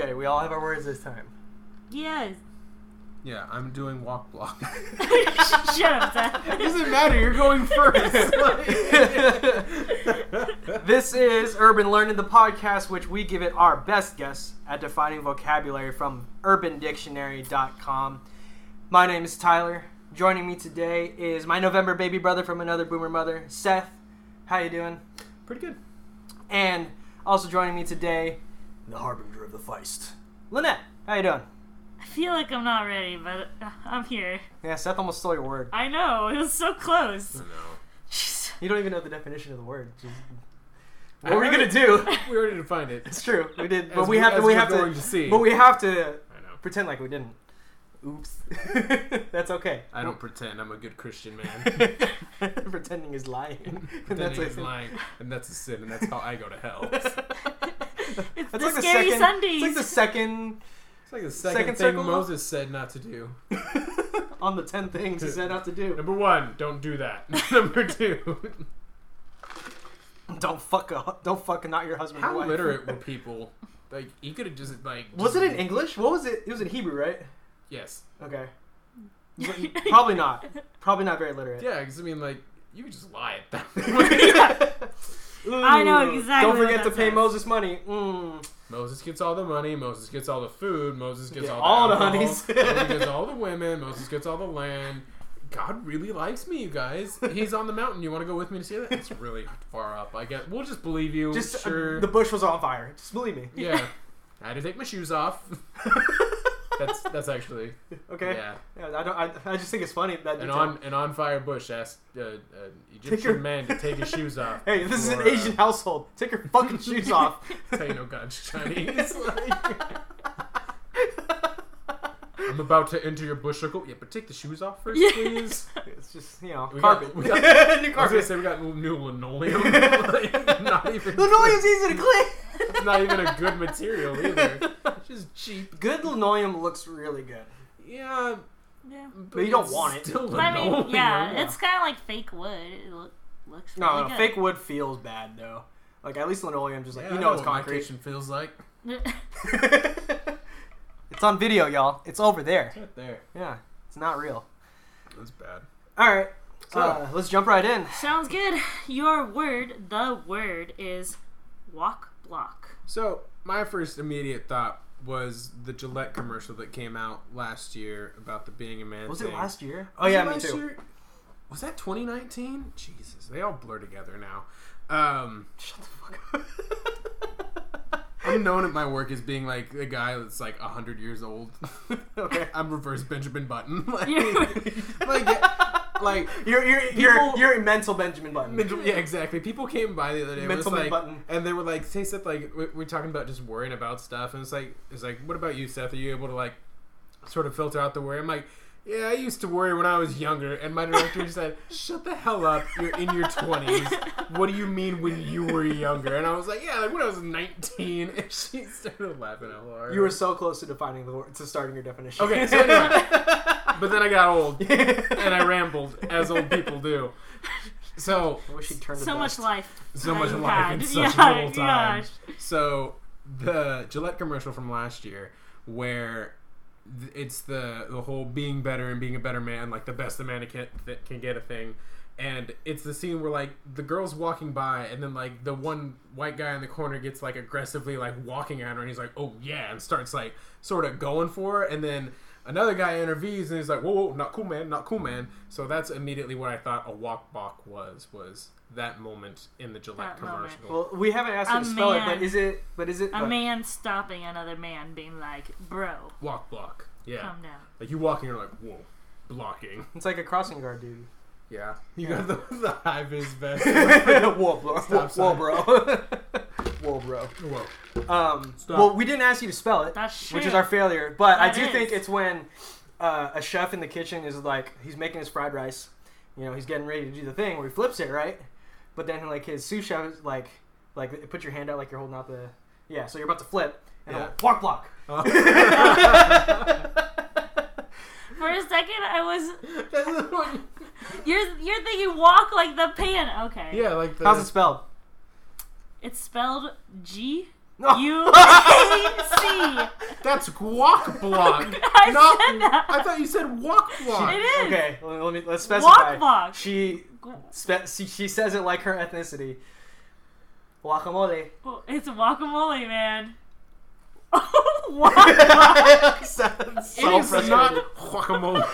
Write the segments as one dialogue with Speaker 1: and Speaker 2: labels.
Speaker 1: okay. We all have our words this time.
Speaker 2: Yes.
Speaker 3: Yeah, I'm doing walk block.
Speaker 2: Shut up, Seth.
Speaker 3: it doesn't matter. You're going first.
Speaker 1: This is Urban Learning, the podcast, which we give it our best guess at defining vocabulary from urbandictionary.com. My name is Tyler. Joining me today is my November baby brother from another boomer mother, Seth. How you doing?
Speaker 3: Pretty good.
Speaker 1: And also joining me today, the harbinger of the feist, Lynette. How you doing?
Speaker 2: I feel like I'm not ready, but uh, I'm here.
Speaker 1: Yeah, Seth almost stole your word.
Speaker 2: I know it was so close.
Speaker 3: No.
Speaker 2: Jeez.
Speaker 1: You don't even know the definition of the word. Just-
Speaker 3: I
Speaker 1: What were we
Speaker 3: heard
Speaker 1: gonna do?
Speaker 3: We already defined it.
Speaker 1: It's true. We did,
Speaker 3: As
Speaker 1: but we have to.
Speaker 3: as
Speaker 1: We
Speaker 3: we're
Speaker 1: have
Speaker 3: going
Speaker 1: to.
Speaker 3: to see.
Speaker 1: But we have to
Speaker 3: I know.
Speaker 1: pretend like we didn't. Oops. That's okay.
Speaker 3: I don't pretend. I'm a good Christian man.
Speaker 1: Pretending is lying. And
Speaker 3: Pretending
Speaker 1: a
Speaker 3: is
Speaker 1: sin.
Speaker 3: lying, and that's a sin, and that's how I go to hell.
Speaker 2: It's
Speaker 1: That's
Speaker 2: the
Speaker 1: like the
Speaker 2: scary
Speaker 1: second- It's
Speaker 2: Sundays.
Speaker 1: like the second
Speaker 3: It's like the second,
Speaker 1: Second
Speaker 3: thing
Speaker 1: circle?
Speaker 3: Moses said not to do.
Speaker 1: on the ten things he said not to do.
Speaker 3: Number one, don't do that. Number two,
Speaker 1: Don't fuck a, don't fuck not your husband.
Speaker 3: how
Speaker 1: wife.
Speaker 3: literate were people? Like you could have just like.
Speaker 1: Was it in English? What was it? It was in Hebrew, right?
Speaker 3: Yes.
Speaker 1: Okay. Probably not. Probably not very literate.
Speaker 3: Yeah, because I mean, like you could just lie at that point.
Speaker 2: I know
Speaker 1: Ooh,
Speaker 2: exactly
Speaker 1: Don't
Speaker 2: what
Speaker 1: forget
Speaker 2: that
Speaker 1: to pay
Speaker 2: says.
Speaker 1: Moses money. Mm.
Speaker 3: Moses gets all the money. Moses gets all the food. Moses gets
Speaker 1: Yeah, all
Speaker 3: all
Speaker 1: the
Speaker 3: the alcohol,
Speaker 1: honeys.
Speaker 3: Moses gets all the women. Moses gets all the land. God really likes me, you guys. He's on the mountain. You want to go with me to see that? It's really far up. I guess we'll just believe you.
Speaker 1: Just
Speaker 3: sure.
Speaker 1: uh, the bush was on fire. Just believe me.
Speaker 3: yeah. I had to take my shoes off. that's that's actually
Speaker 1: Okay.
Speaker 3: yeah.
Speaker 1: Yeah, I don't. I, I just think it's funny that.
Speaker 3: An
Speaker 1: detail.
Speaker 3: on an on fire bush asked uh, an Egyptian
Speaker 1: your-
Speaker 3: man to take his shoes off.
Speaker 1: Hey, this is an
Speaker 3: or, uh,
Speaker 1: Asian household. Take your fucking shoes off.
Speaker 3: Tell you no God's Chinese. Like, I'm about to enter your bush circle. Yeah, but take the shoes off first,
Speaker 2: Yeah.
Speaker 3: please.
Speaker 1: It's just you know
Speaker 3: We got-
Speaker 1: carpet.
Speaker 3: we got-
Speaker 1: New
Speaker 3: I was gonna
Speaker 1: carpet.
Speaker 3: say we got new linoleum. Like, not even
Speaker 1: Linoleum's easy to clean.
Speaker 3: It's not even a good material either. It's just cheap.
Speaker 1: Good linoleum looks really good.
Speaker 3: Yeah,
Speaker 2: Yeah.
Speaker 3: but,
Speaker 1: But you don't
Speaker 3: it's
Speaker 1: want it.
Speaker 3: Still
Speaker 2: But I mean,
Speaker 3: linoleum.
Speaker 2: yeah,
Speaker 1: yeah.
Speaker 2: it's kind of like fake wood. It look, looks
Speaker 1: No,
Speaker 2: really
Speaker 1: no,
Speaker 2: good.
Speaker 1: fake wood feels bad though. Like at least linoleum, just like
Speaker 3: Yeah,
Speaker 1: you
Speaker 3: I
Speaker 1: know, it's
Speaker 3: what my
Speaker 1: concrete.
Speaker 3: kitchen feels like
Speaker 1: it's on video, y'all. It's over there.
Speaker 3: right there.
Speaker 1: Yeah, it's not real.
Speaker 3: That's bad.
Speaker 1: All right,
Speaker 3: So-
Speaker 1: uh, let's jump right in.
Speaker 2: Sounds good. Your word, the word is walk block.
Speaker 3: So my first immediate thought was the Gillette commercial that came out last year about the being a man.
Speaker 1: Was
Speaker 3: thing.
Speaker 1: it last year? Oh
Speaker 3: Was
Speaker 1: yeah,
Speaker 3: it
Speaker 1: me
Speaker 3: last
Speaker 1: too.
Speaker 3: year? Was that 2019? Jesus, they all blur together now. Um,
Speaker 1: Shut the fuck up.
Speaker 3: I'm known at my work as being like a guy that's like 100 years old.
Speaker 1: okay.
Speaker 3: I'm reverse Benjamin Button. Like,
Speaker 2: You're-
Speaker 3: like, like
Speaker 1: You're you're you're,
Speaker 3: People-
Speaker 1: you're a mental Benjamin Button.
Speaker 3: Mental- yeah, exactly. People came by the other day, and was
Speaker 1: Mental
Speaker 3: like,
Speaker 1: button.
Speaker 3: and they were like, "Hey Seth, like we- we're talking about just worrying about stuff," and it's like, it's like, what about you, Seth? Are you able to like sort of filter out the worry? I'm like, yeah, I used to worry when I was younger, and my director said, "Shut the hell up! You're in your twenties. What do you mean when you were younger?" And I was like, "Yeah, like when I was 19." And she started laughing out loud.
Speaker 1: You were so close to defining the word, to starting your definition.
Speaker 3: okay, so anyway, but then I got old and I rambled as old people do. So
Speaker 1: I wish he'd turned
Speaker 2: So much life.
Speaker 3: so
Speaker 2: that
Speaker 3: much
Speaker 2: you
Speaker 3: life in
Speaker 2: had.
Speaker 3: such
Speaker 2: Yeah,
Speaker 3: little time.
Speaker 2: gosh.
Speaker 3: So the Gillette commercial from last year, where th- it's the the whole being better and being a better man, like the best the man can, that can get a thing. And it's the scene where like the girl's walking by, and then like the one white guy in the corner gets like aggressively like walking at her, and he's like, "Oh yeah," and starts like sort of going for her, and then another guy intervenes, and he's like, "Whoa, whoa, not cool, man, not cool, man." So that's immediately what I thought a walk balk was was that moment in the Gillette
Speaker 2: That moment.
Speaker 3: commercial.
Speaker 1: Well, we haven't asked you
Speaker 2: A
Speaker 1: to spell it,
Speaker 2: man.
Speaker 1: but is it? But is it?
Speaker 2: A
Speaker 1: but-
Speaker 2: man stopping another man, being like, "Bro,
Speaker 3: Walk block. Yeah.
Speaker 2: come down."
Speaker 3: Like you walk in, you're like, whoa, blocking.
Speaker 1: It's like a crossing guard dude.
Speaker 3: Yeah. You
Speaker 1: Yeah.
Speaker 3: got the, the high vis vest.
Speaker 1: whoa, bro.
Speaker 3: Stop
Speaker 1: Whoa,
Speaker 3: sign.
Speaker 1: bro. whoa, bro.
Speaker 3: whoa.
Speaker 1: Um,
Speaker 3: Stop.
Speaker 1: well, we didn't ask you to spell it,
Speaker 2: That's
Speaker 1: which
Speaker 2: true.
Speaker 1: is our failure. But I
Speaker 2: That
Speaker 1: do
Speaker 2: is.
Speaker 1: think it's when uh, a chef in the kitchen is like, he's making his fried rice. You know, he's getting ready to do the thing where he flips it, right? But then like his sous chef is like, like put your hand out like you're holding out the, yeah. So you're about to flip, and
Speaker 3: Yeah.
Speaker 1: I'm like, walk block.
Speaker 2: For a second, I was.
Speaker 3: That's the one.
Speaker 2: You're you're thinking walk like the pan. Okay.
Speaker 3: Yeah, like the.
Speaker 1: How's it spelled?
Speaker 2: It's spelled G
Speaker 1: No.
Speaker 2: U A C.
Speaker 3: That's guac block.
Speaker 2: I said that.
Speaker 3: I thought you said walk block.
Speaker 2: It is.
Speaker 1: Okay, let me, let me let's specify.
Speaker 2: Guacamole.
Speaker 1: She spe- she, she says it like her ethnicity. Guacamole.
Speaker 2: Well, It's guacamole, man. Guac-
Speaker 1: Sounds
Speaker 3: It
Speaker 1: so
Speaker 3: is
Speaker 1: frustrating.
Speaker 3: not guacamole.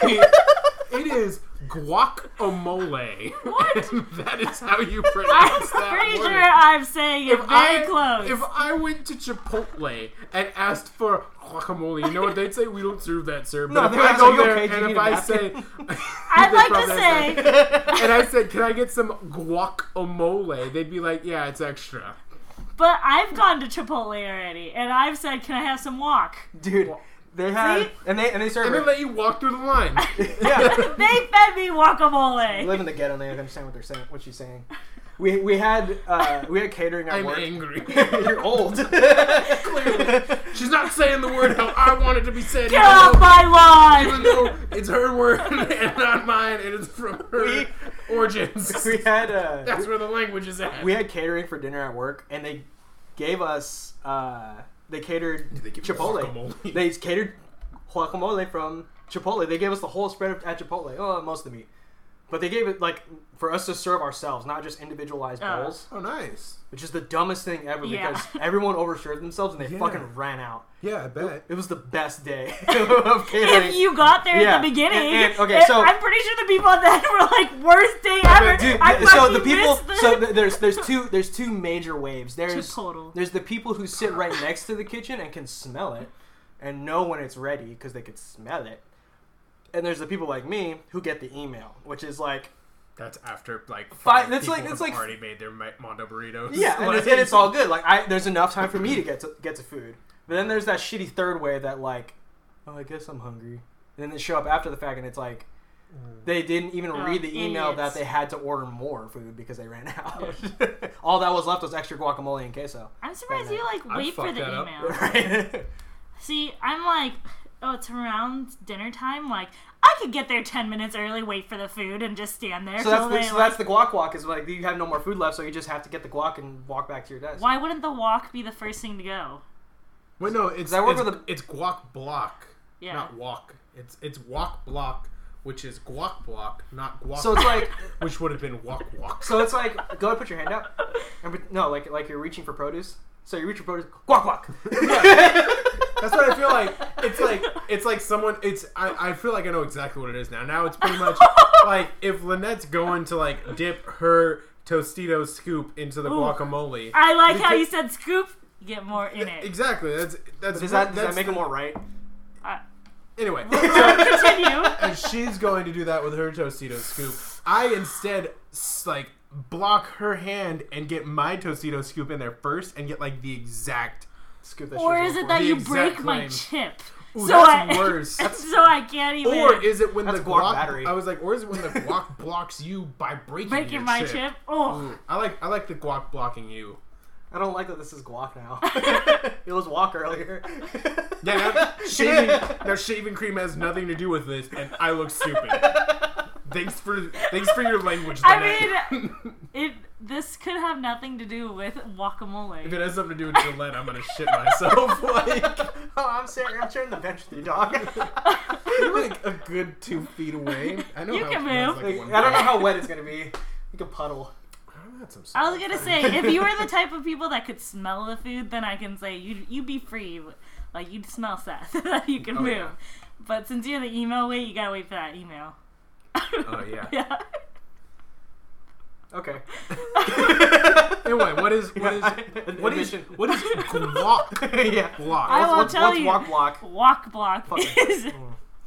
Speaker 3: it is guacamole.
Speaker 2: What?
Speaker 3: And that is how you
Speaker 2: I'm
Speaker 3: pronounce that
Speaker 2: pretty
Speaker 3: word.
Speaker 2: sure I'm saying it
Speaker 3: If
Speaker 2: very
Speaker 3: I-
Speaker 2: close.
Speaker 3: If I went to Chipotle and asked for guacamole, you know what they'd say? We don't serve that, sir. But
Speaker 1: No,
Speaker 3: if
Speaker 1: they'd
Speaker 3: I
Speaker 1: ask, "Are
Speaker 3: go
Speaker 1: you
Speaker 3: there
Speaker 1: okay? Do you
Speaker 3: and
Speaker 1: need a
Speaker 3: if I say,
Speaker 1: napkin?"
Speaker 2: I'd
Speaker 3: they'd
Speaker 2: like to
Speaker 3: probably ask
Speaker 2: say,
Speaker 3: that. and I said, "Can I get some guacamole?" They'd be like, "Yeah, it's extra."
Speaker 2: but I've gone to Chipotle already, and I've said, "Can I have some wok?"
Speaker 1: Dude, they had
Speaker 2: See?
Speaker 1: and they and they serve
Speaker 3: And they
Speaker 1: her.
Speaker 3: let you walk through the line.
Speaker 1: Yeah.
Speaker 2: They fed me guacamole.
Speaker 1: We live in the ghetto, and they don't understand what they're saying. What she's saying. We we had uh, we had catering at
Speaker 3: I'm
Speaker 1: work.
Speaker 3: angry.
Speaker 1: You're old.
Speaker 3: Clearly, she's not saying the word how I want it to be said.
Speaker 2: Get
Speaker 3: even
Speaker 2: off
Speaker 3: though-
Speaker 2: my lawn!
Speaker 3: even though it's her word and not mine, and it's from her
Speaker 1: We-
Speaker 3: origins.
Speaker 1: we had uh,
Speaker 3: That's where the language is at.
Speaker 1: we had catering for dinner at work, and they gave us uh, they catered
Speaker 3: they give you
Speaker 1: Chipotle.
Speaker 3: guacamole?
Speaker 1: They catered guacamole from Chipotle. They gave us the whole spread of, at Chipotle. Oh, most of the meat, but they gave it like for us to serve ourselves, not just individualized
Speaker 2: Oh.
Speaker 1: bowls,
Speaker 3: oh, nice.
Speaker 1: which is the dumbest thing ever
Speaker 2: Yeah.
Speaker 1: because everyone overserved themselves and they
Speaker 3: Yeah.
Speaker 1: fucking ran out.
Speaker 3: Yeah, I bet.
Speaker 1: It was the best day of catering.
Speaker 2: If you got there
Speaker 1: Yeah,
Speaker 2: at the beginning,
Speaker 1: and- and- okay,
Speaker 2: it-
Speaker 1: so-
Speaker 2: I'm pretty sure the people at the end were like, "Worst day ever."
Speaker 1: But dude,
Speaker 2: I
Speaker 1: th- so
Speaker 2: fucking
Speaker 1: the people,
Speaker 2: missed this.
Speaker 1: so th- there's there's two there's two major waves. There's
Speaker 2: Chipotle.
Speaker 1: there's the people who sit right next to the kitchen and can smell it, and know when it's ready because they could smell it. And there's the people like me who get the email, which is like,
Speaker 3: That's after like
Speaker 1: Fi-
Speaker 3: five.
Speaker 1: that's
Speaker 3: people
Speaker 1: like- that's
Speaker 3: have
Speaker 1: like-
Speaker 3: already made their mi- mondo burritos.
Speaker 1: yeah, and, it's,
Speaker 3: Like-
Speaker 1: and it's all good. Like, I there's enough time for me to get to get to food. But then there's that shitty third wave that like, oh, I guess I'm hungry. And then they show up after the fact, and it's like. They didn't even
Speaker 2: Oh,
Speaker 1: read the email that
Speaker 2: idiots.
Speaker 1: they had to order more food because they ran out. all that was left was extra guacamole and queso.
Speaker 2: I'm surprised you like
Speaker 3: I'd
Speaker 2: wait for
Speaker 3: fuck
Speaker 2: the
Speaker 3: that up.
Speaker 2: email.
Speaker 1: Right.
Speaker 2: See, I'm like, oh, it's around dinner time. Like, I could get there ten minutes early, wait for the food, and just stand there.
Speaker 1: so
Speaker 2: till
Speaker 1: that's
Speaker 2: they,
Speaker 1: the, so that's
Speaker 2: like,
Speaker 1: the guac walk is like you have no more food left, so you just have to get the guac and walk back to your desk.
Speaker 2: why wouldn't the walk be the first thing to go?
Speaker 3: Wait, no, it's
Speaker 1: I work
Speaker 3: it's,
Speaker 1: with
Speaker 3: it's guac block,
Speaker 2: Yeah.
Speaker 3: not walk. It's it's walk block, which is guac block, not guac.
Speaker 1: So it's like
Speaker 3: which would have been walk walk.
Speaker 1: so it's like go and put your hand up. And put- no, like like you're reaching for produce. So you reach for produce, guac guac.
Speaker 3: That's what I feel like. It's like it's like someone. It's I, I feel like I know exactly what it is now. Now it's pretty much like if Lynette's going to like dip her Tostito scoop into the guacamole.
Speaker 2: I like how you said
Speaker 3: Because-
Speaker 2: scoop. Get more in it.
Speaker 3: Exactly. That's that's
Speaker 1: Does that does
Speaker 3: that's
Speaker 1: that make it more right?
Speaker 2: I-
Speaker 3: anyway.
Speaker 2: Uh, Continue.
Speaker 3: and she's going to do that with her Tostito scoop. I instead s- like block her hand and get my Tostito scoop in there first and get like the exact.
Speaker 1: Scoop that
Speaker 2: Or
Speaker 1: shit
Speaker 2: is it
Speaker 1: for
Speaker 2: that
Speaker 3: The
Speaker 2: you
Speaker 3: exact
Speaker 2: break my
Speaker 3: claim.
Speaker 2: chip?
Speaker 3: Ooh,
Speaker 2: so
Speaker 3: that's
Speaker 2: I,
Speaker 3: worse.
Speaker 2: so I can't even.
Speaker 3: or is it when
Speaker 1: That's
Speaker 3: the
Speaker 1: guac
Speaker 3: guac?
Speaker 1: battery.
Speaker 3: I was like, or is it when the guac blocks you by breaking, your
Speaker 2: breaking my
Speaker 3: chip?
Speaker 2: chip? Oh,
Speaker 3: Ooh, I like I like the guac blocking you.
Speaker 1: I don't like that this is guac now. it was walk earlier.
Speaker 3: Yeah, now shaving, now shaving cream has nothing to do with this, and I look stupid. Thanks for thanks for your language.
Speaker 2: I
Speaker 3: Lynette.
Speaker 2: it. This could have nothing to do with
Speaker 3: if
Speaker 2: guacamole.
Speaker 3: it has something to do with Gillette, I'm gonna shit myself. like,
Speaker 1: Oh, I'm sorry. I'm sharing the bench with you, dog.
Speaker 3: You're like a good two feet away. I know
Speaker 2: You
Speaker 3: how
Speaker 2: can
Speaker 3: it smells
Speaker 2: move.
Speaker 1: Like,
Speaker 3: one
Speaker 1: I don't know
Speaker 3: day.
Speaker 1: how wet it's gonna be. Like a puddle.
Speaker 3: I had some
Speaker 2: I was gonna say, if you were the type of people that could smell the food, then I can say you you'd be free. Like you'd smell Seth that you can
Speaker 3: Oh,
Speaker 2: move.
Speaker 3: yeah.
Speaker 2: But since you're the email wait, you gotta wait for that email.
Speaker 3: Oh yeah.
Speaker 2: yeah.
Speaker 1: Okay.
Speaker 3: Anyway, what is what is what is
Speaker 1: Admission.
Speaker 3: what is guac
Speaker 1: yeah.
Speaker 2: I
Speaker 3: block?
Speaker 2: will
Speaker 1: What's-
Speaker 2: tell
Speaker 1: what's
Speaker 2: you.
Speaker 1: walk block?
Speaker 2: Walk block
Speaker 1: Fucking-
Speaker 2: is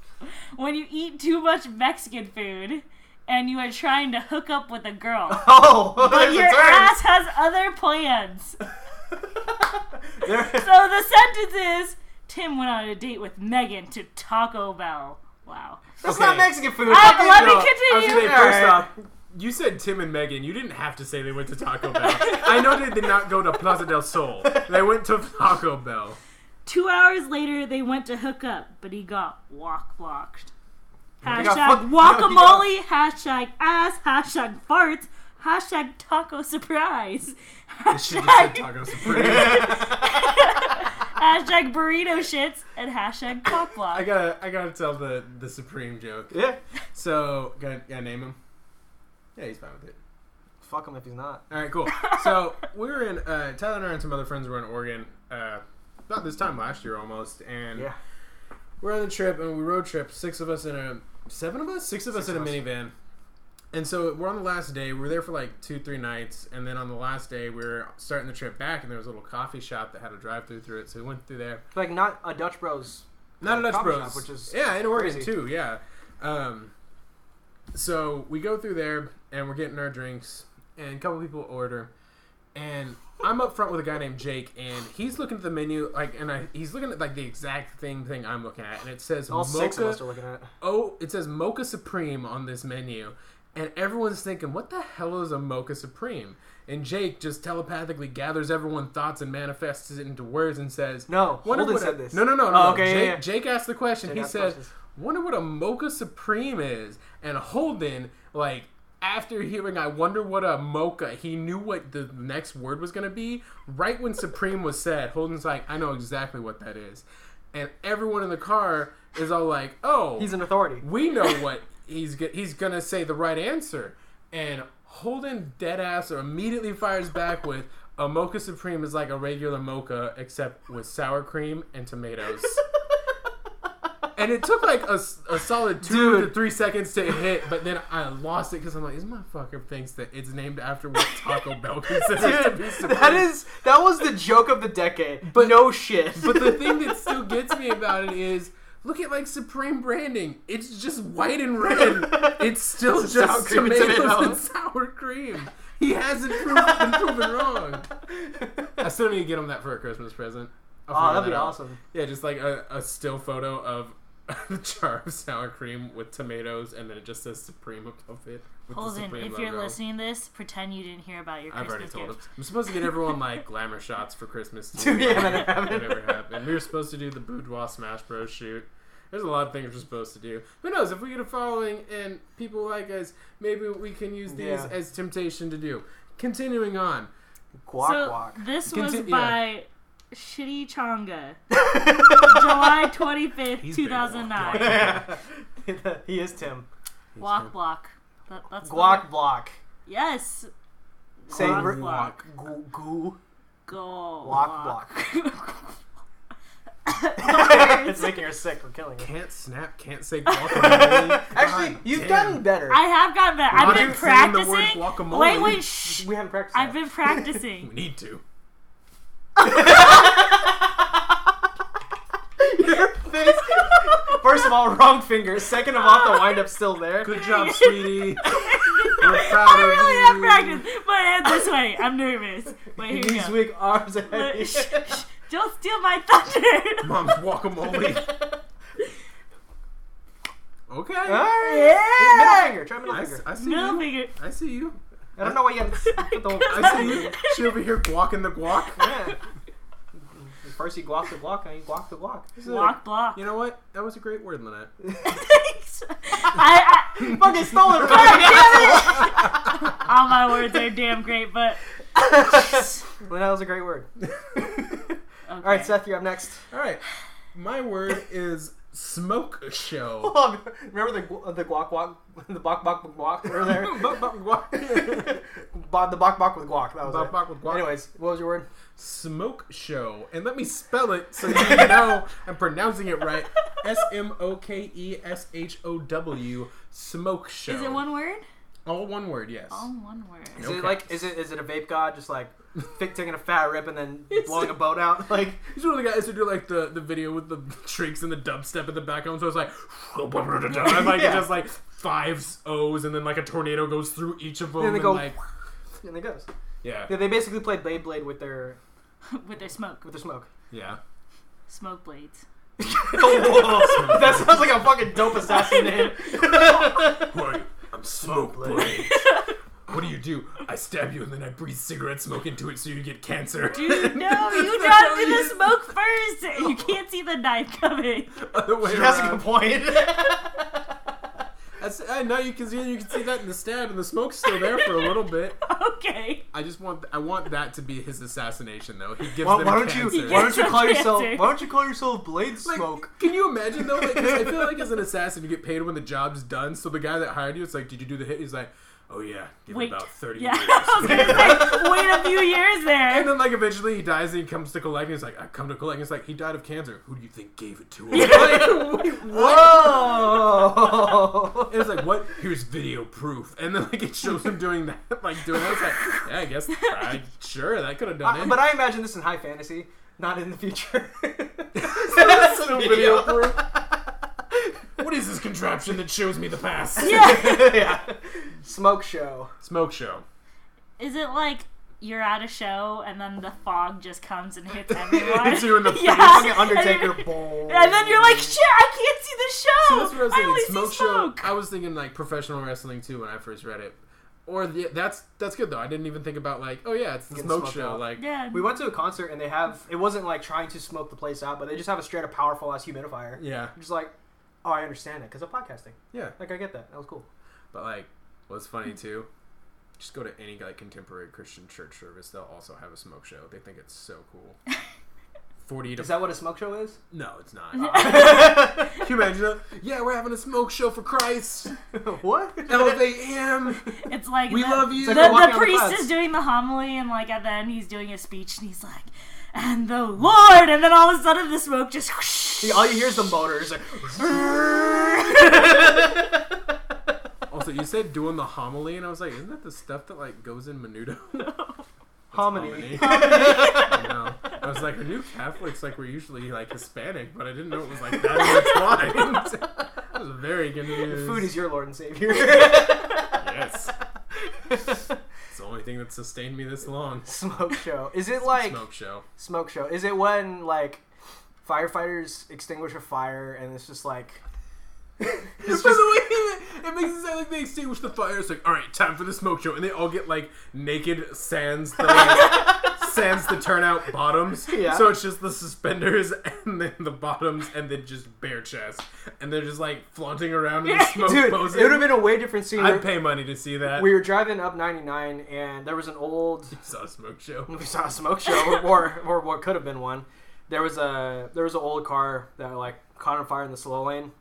Speaker 2: when you eat too much Mexican food and you are trying to hook up with a girl,
Speaker 1: Oh,
Speaker 2: but
Speaker 1: there's
Speaker 2: your
Speaker 1: a term.
Speaker 2: ass has other plans.
Speaker 1: There-
Speaker 2: So the sentence is Tim went on a date with Megan to Taco Bell. Wow.
Speaker 1: That's
Speaker 3: Okay.
Speaker 1: not Mexican food.
Speaker 2: Um,
Speaker 1: Fucking-
Speaker 2: let me
Speaker 1: no.
Speaker 3: I was
Speaker 2: continue.
Speaker 3: gonna say,
Speaker 1: All
Speaker 3: first
Speaker 1: right.
Speaker 3: off, you said Tim and Megan. You didn't have to say they went to Taco Bell. I know they did not go to Plaza del Sol. They went to Taco Bell.
Speaker 2: Two hours later, they went to hook up, but he got walk blocked.
Speaker 1: got fuck-
Speaker 2: Hashtag guacamole, hashtag ass, hashtag farts, Hashtag taco surprise.
Speaker 3: This shit just said
Speaker 2: Hashtag,
Speaker 3: taco supreme.
Speaker 2: hashtag burrito shits and hashtag cock block.
Speaker 3: I gotta, I gotta tell the the supreme joke.
Speaker 1: yeah.
Speaker 3: So, gotta, gotta name him. Yeah, he's fine with it.
Speaker 1: Fuck him if he's not.
Speaker 3: All right, cool. So we were in uh, Tyler and I and some other friends were in Oregon uh, about this time last year almost, and
Speaker 1: Yeah.
Speaker 3: we're on the trip and we road trip. Six of us in a seven of us, six of us
Speaker 1: Six
Speaker 3: in a
Speaker 1: of us.
Speaker 3: minivan. And so we're on the last day. We were there for like two, three nights, and then on the last day we were starting the trip back, and there was a little coffee shop that had a drive-through through it. So we went through there.
Speaker 1: Like not a Dutch Bros.
Speaker 3: Not
Speaker 1: Like
Speaker 3: a Dutch
Speaker 1: coffee
Speaker 3: Bros.
Speaker 1: shop, which is
Speaker 3: yeah, in Oregon
Speaker 1: crazy.
Speaker 3: too. Yeah. Um, so we go through there and we're getting our drinks, and a couple people order, and I'm up front with a guy named Jake, and he's looking at the menu like, and I, he's looking at like the exact same thing I'm looking at, and it says
Speaker 1: All six of
Speaker 3: mocha-
Speaker 1: us are looking at. it.
Speaker 3: oh, it says Mocha Supreme on this menu, and everyone's thinking, what the hell is a Mocha Supreme? And Jake just telepathically gathers everyone's thoughts and manifests it into words and says,
Speaker 1: No,
Speaker 3: wonder
Speaker 1: Holden
Speaker 3: what a-
Speaker 1: said this.
Speaker 3: No, no, no, no.
Speaker 1: Oh,
Speaker 3: no.
Speaker 1: okay, yeah,
Speaker 3: Jake,
Speaker 1: yeah.
Speaker 3: Jake asked the question.
Speaker 1: Jake
Speaker 3: he
Speaker 1: asked
Speaker 3: said,
Speaker 1: questions.
Speaker 3: wonder what a Mocha Supreme is. And Holden, like, after hearing I wonder what a mocha, he knew what the next word was going to be. Right when Supreme was said, Holden's like, I know exactly what that is. And everyone in the car is all like, oh.
Speaker 1: He's an authority.
Speaker 3: We know what he's go- he's gonna say the right answer, and Holden dead ass immediately fires back with a mocha supreme is like a regular mocha except with sour cream and tomatoes. and it took like a, s- a solid two to
Speaker 1: Dude.
Speaker 3: three seconds to hit, but then I lost it because I'm like, this motherfucker thinks that it's named after what Taco Bell considers to be
Speaker 1: Dude,
Speaker 3: supreme.
Speaker 1: that is that was the joke of the decade. But no shit.
Speaker 3: But the thing that still gets me about it is look at like Supreme branding. It's just white and red. It's still
Speaker 1: It's
Speaker 3: just
Speaker 1: sour cream and
Speaker 3: tomatoes and
Speaker 1: tomatoes.
Speaker 3: sour cream. He hasn't proven, been proven wrong. I still need to get him that for a Christmas present. I'll
Speaker 1: Oh,
Speaker 3: figure
Speaker 1: that'd be
Speaker 3: that out.
Speaker 1: awesome.
Speaker 3: Yeah, just like a, a still photo of the jar of sour cream with tomatoes, and then it just says Supreme above it. With the
Speaker 2: Holden,
Speaker 3: Supreme
Speaker 2: if you're
Speaker 3: logo.
Speaker 2: listening to this, pretend you didn't hear about your
Speaker 3: I've already
Speaker 2: Christmas
Speaker 3: told him.
Speaker 2: gift.
Speaker 3: I'm supposed to get everyone like glamour shots for Christmas.
Speaker 1: Dude, yeah, that
Speaker 3: That
Speaker 1: happened.
Speaker 3: never happened. We were supposed to do the Boudoir Smash Bros. shoot. There's a lot of things we're supposed to do. Who knows? If we get a following and people like us, maybe we can use these
Speaker 1: Yeah.
Speaker 3: as temptation to do. Continuing on.
Speaker 1: Guac
Speaker 2: so
Speaker 1: guac.
Speaker 2: this
Speaker 3: Conti-
Speaker 2: was
Speaker 3: yeah.
Speaker 2: by Shitty Chonga, July 25th,
Speaker 3: He's
Speaker 2: 2009.
Speaker 1: he is Tim.
Speaker 2: Walk block. That, that's the one.
Speaker 1: Guac block.
Speaker 2: Yes.
Speaker 1: Say
Speaker 2: Guac
Speaker 1: re-
Speaker 2: block.
Speaker 1: Goo. goo.
Speaker 2: Go.
Speaker 1: Guac block. it's making her sick. We're killing her.
Speaker 3: Can't snap, can't say guacamole.
Speaker 1: Actually,
Speaker 3: God
Speaker 1: you've
Speaker 3: damn.
Speaker 1: gotten better.
Speaker 2: I have gotten better. I've
Speaker 3: Not
Speaker 2: been
Speaker 3: even saying the word
Speaker 2: practicing.
Speaker 3: guacamole.
Speaker 2: Wait, wait, shh.
Speaker 1: we haven't practiced.
Speaker 2: I've
Speaker 1: that.
Speaker 2: been
Speaker 3: We
Speaker 2: practicing.
Speaker 3: need to.
Speaker 1: Your face. First of all, wrong finger. Second of all, the wind up's still there.
Speaker 3: Good job, sweetie. We're proud
Speaker 2: I
Speaker 3: of
Speaker 2: really
Speaker 3: you.
Speaker 2: have practiced. My hand this way. I'm nervous. Wait, here we
Speaker 1: Knees
Speaker 2: go.
Speaker 1: weak, arms and
Speaker 2: Wait, shh, shh. Don't steal my thunder.
Speaker 3: Mom's guacamole. Okay.
Speaker 1: Middle finger. Try middle
Speaker 3: I,
Speaker 1: finger.
Speaker 3: I see
Speaker 2: No
Speaker 3: you.
Speaker 2: figure.
Speaker 3: I see you.
Speaker 1: I don't know why you haven't put the whole.
Speaker 3: I see you. She over here guacking the guac.
Speaker 1: Yeah. First you guac the guac, now you guac the guac.
Speaker 2: Walk block.
Speaker 3: You know what? That was a great word, Lynette.
Speaker 2: I, I,
Speaker 1: Fucking stole it from
Speaker 2: all my words are damn great, but
Speaker 1: me. Well, that was a great word.
Speaker 2: okay.
Speaker 1: All right, Seth, you're up next.
Speaker 3: All right. My word is smoke show.
Speaker 1: Oh, remember the gu- the guac guac, the bok bok with guac over there.
Speaker 3: Bop, bop, guac.
Speaker 1: Bo- the bok bok with guac. That was
Speaker 3: Bop,
Speaker 1: it.
Speaker 3: bop with guac.
Speaker 1: Anyways, what was your word?
Speaker 3: Smoke show. And let me spell it so you know I'm pronouncing it right. S M O K E S H O W. Smoke show.
Speaker 2: Is it one Oh. word?
Speaker 3: All one word, yes.
Speaker 2: All one word.
Speaker 1: Is
Speaker 3: Okay.
Speaker 1: it like is it is it a vape god just like fic taking a fat rip and then blowing a boat out? Like
Speaker 3: He's one of the guys who do like the, the video with the shrieks and the dubstep in the background. So it's like, and like
Speaker 1: Yeah.
Speaker 3: just like five O's, and then like a tornado goes through each of them.
Speaker 1: Then they
Speaker 3: and
Speaker 1: go-
Speaker 3: like,
Speaker 1: and it goes.
Speaker 3: yeah,
Speaker 1: Yeah, they basically play Blade Blade with their
Speaker 2: With their smoke.
Speaker 1: with their smoke.
Speaker 3: yeah.
Speaker 2: Smoke blades.
Speaker 1: that sounds like a fucking dope assassin name.
Speaker 3: Wait, I'm smoke
Speaker 1: Blade.
Speaker 3: blade. What do you do? I stab you and then I breathe cigarette smoke into it so you get cancer.
Speaker 2: Dude, no, you
Speaker 3: That's how
Speaker 2: dropped in
Speaker 3: he
Speaker 2: the
Speaker 3: is.
Speaker 2: smoke first. You can't see the knife coming.
Speaker 3: Other way
Speaker 1: That's a
Speaker 3: around.
Speaker 1: good point.
Speaker 3: That's, and now you can see you can see that in the stab, and the smoke's still there for a little bit.
Speaker 2: okay.
Speaker 3: I just want I want that to be his assassination, though. He gives
Speaker 1: Why,
Speaker 3: them
Speaker 1: why don't
Speaker 3: cancer.
Speaker 1: you? Why don't you call
Speaker 2: Cancer.
Speaker 1: yourself? Why don't you call yourself Blade
Speaker 3: Like,
Speaker 1: Smoke?
Speaker 3: Can you imagine though? Like, 'cause I feel like as an assassin, you get paid when the job's done. So the guy that hired you, it's like, did you do the hit? He's like, oh yeah, give it
Speaker 2: Wait.
Speaker 3: about thirty
Speaker 2: Yeah, I was
Speaker 3: years.
Speaker 2: gonna say, wait a few years
Speaker 3: And
Speaker 2: there.
Speaker 3: then, like, eventually he dies and he comes to collect. And he's like, I come to collect. And it's like, he died of cancer. Who do you think gave it to him? Like, wait, what?
Speaker 1: Whoa!
Speaker 3: And it's like, what? Here's video proof. And then, like, it shows him doing that. Like, doing that. It's like, yeah, I guess, I, sure, that could have done
Speaker 1: I-
Speaker 3: it.
Speaker 1: but I imagine this in high fantasy, not in the future.
Speaker 3: So video proof. What is this contraption that shows me the past?
Speaker 2: Yeah.
Speaker 1: yeah. Smoke show.
Speaker 3: Smoke show.
Speaker 2: Is it like you're at a show and then the fog just comes and hits everyone?
Speaker 3: Hits you in the face.
Speaker 1: Fucking
Speaker 2: Yeah.
Speaker 1: Undertaker
Speaker 2: And then-
Speaker 1: bowl.
Speaker 2: And then you're like, shit, I can't see the
Speaker 3: So
Speaker 2: show.
Speaker 3: that's what I was
Speaker 2: I
Speaker 3: thinking.
Speaker 2: only
Speaker 3: smoke
Speaker 2: see
Speaker 3: show.
Speaker 2: smoke.
Speaker 3: I was thinking like professional wrestling too when I first read it. Or the, that's that's good though. I didn't even think about like, oh yeah, it's the
Speaker 1: Getting
Speaker 3: smoke
Speaker 1: smoked
Speaker 3: show.
Speaker 1: out.
Speaker 3: Like
Speaker 2: yeah.
Speaker 1: We went to a concert and they have it wasn't like trying to smoke the place out, but they just have a straight up powerful ass humidifier.
Speaker 3: yeah,
Speaker 1: I'm just like, oh, I understand it because of podcasting.
Speaker 3: yeah.
Speaker 1: Like I get that. That was cool.
Speaker 3: But like, what's funny too? Just go to any like contemporary Christian church service. They'll also have a smoke show. They think it's so cool. Forty to
Speaker 1: Is that what a smoke show is?
Speaker 3: no, it's not. Uh, Can you imagine that? Yeah, we're having a smoke show for Christ.
Speaker 1: what?
Speaker 3: Elevate him.
Speaker 2: It's like
Speaker 3: We
Speaker 2: the,
Speaker 3: love you.
Speaker 2: The,
Speaker 3: It's like
Speaker 1: walking
Speaker 2: the
Speaker 1: on the
Speaker 2: priest
Speaker 1: clouds.
Speaker 2: is doing the homily, and like at the end, he's doing a speech, and he's like, "And the Lord," and then all of a sudden, the smoke just.
Speaker 1: See, all you hear is the motors. Like,
Speaker 3: Also, you said doing the homily, and I was like, isn't that the stuff that like goes in menudo?
Speaker 1: hominy.
Speaker 3: no. I was like, I knew Catholics like were usually like Hispanic, but I didn't know it was like that much wine. I was very confused.
Speaker 1: Food is your Lord and Savior.
Speaker 3: yes. It's the only thing that sustained me this long.
Speaker 1: smoke show. Is it like
Speaker 3: Smoke show.
Speaker 1: smoke show? Is it when like firefighters extinguish a fire and it's just like
Speaker 3: By the way, it makes it sound like they extinguish the fire. It's like, all right, time for the smoke show, and they all get like naked, sands the sands the turnout bottoms.
Speaker 1: Yeah.
Speaker 3: So it's just the suspenders and then the bottoms, and then just bare chest, and they're just like flaunting around in the smoke.
Speaker 1: dude?
Speaker 3: posing.
Speaker 1: It would have been a way different scene.
Speaker 3: I'd pay money to see that.
Speaker 1: we were driving up 99 and there was an old
Speaker 3: saw a smoke show.
Speaker 1: we saw a smoke show or or what could have been one there was a there was an old car that like caught on fire in the slow lane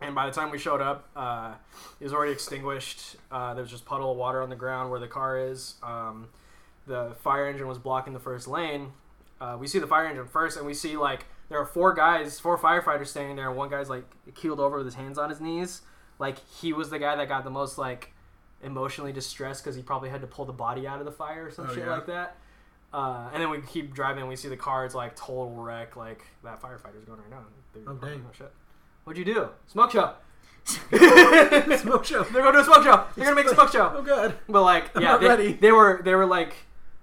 Speaker 1: and by the time we showed up uh, it was already extinguished uh, there was just puddle of water on the ground where the car is um, the fire engine was blocking the first lane uh, we see the fire engine first and we see like there are four guys four firefighters standing there and one guy's like keeled over with his hands on his knees like he was the guy that got the most like emotionally distressed because he probably had to pull the body out of the fire or some
Speaker 3: Oh,
Speaker 1: shit
Speaker 3: yeah.
Speaker 1: like that uh, and then we keep driving and we see the car it's like total wreck like that firefighter's going right now They're-
Speaker 3: Oh, dang.
Speaker 1: shit. what'd you do smoke show
Speaker 3: smoke show.
Speaker 1: they're gonna do a smoke show they're gonna make a smoke show
Speaker 3: Oh god.
Speaker 1: but like yeah
Speaker 3: not
Speaker 1: they,
Speaker 3: ready.
Speaker 1: they were they were like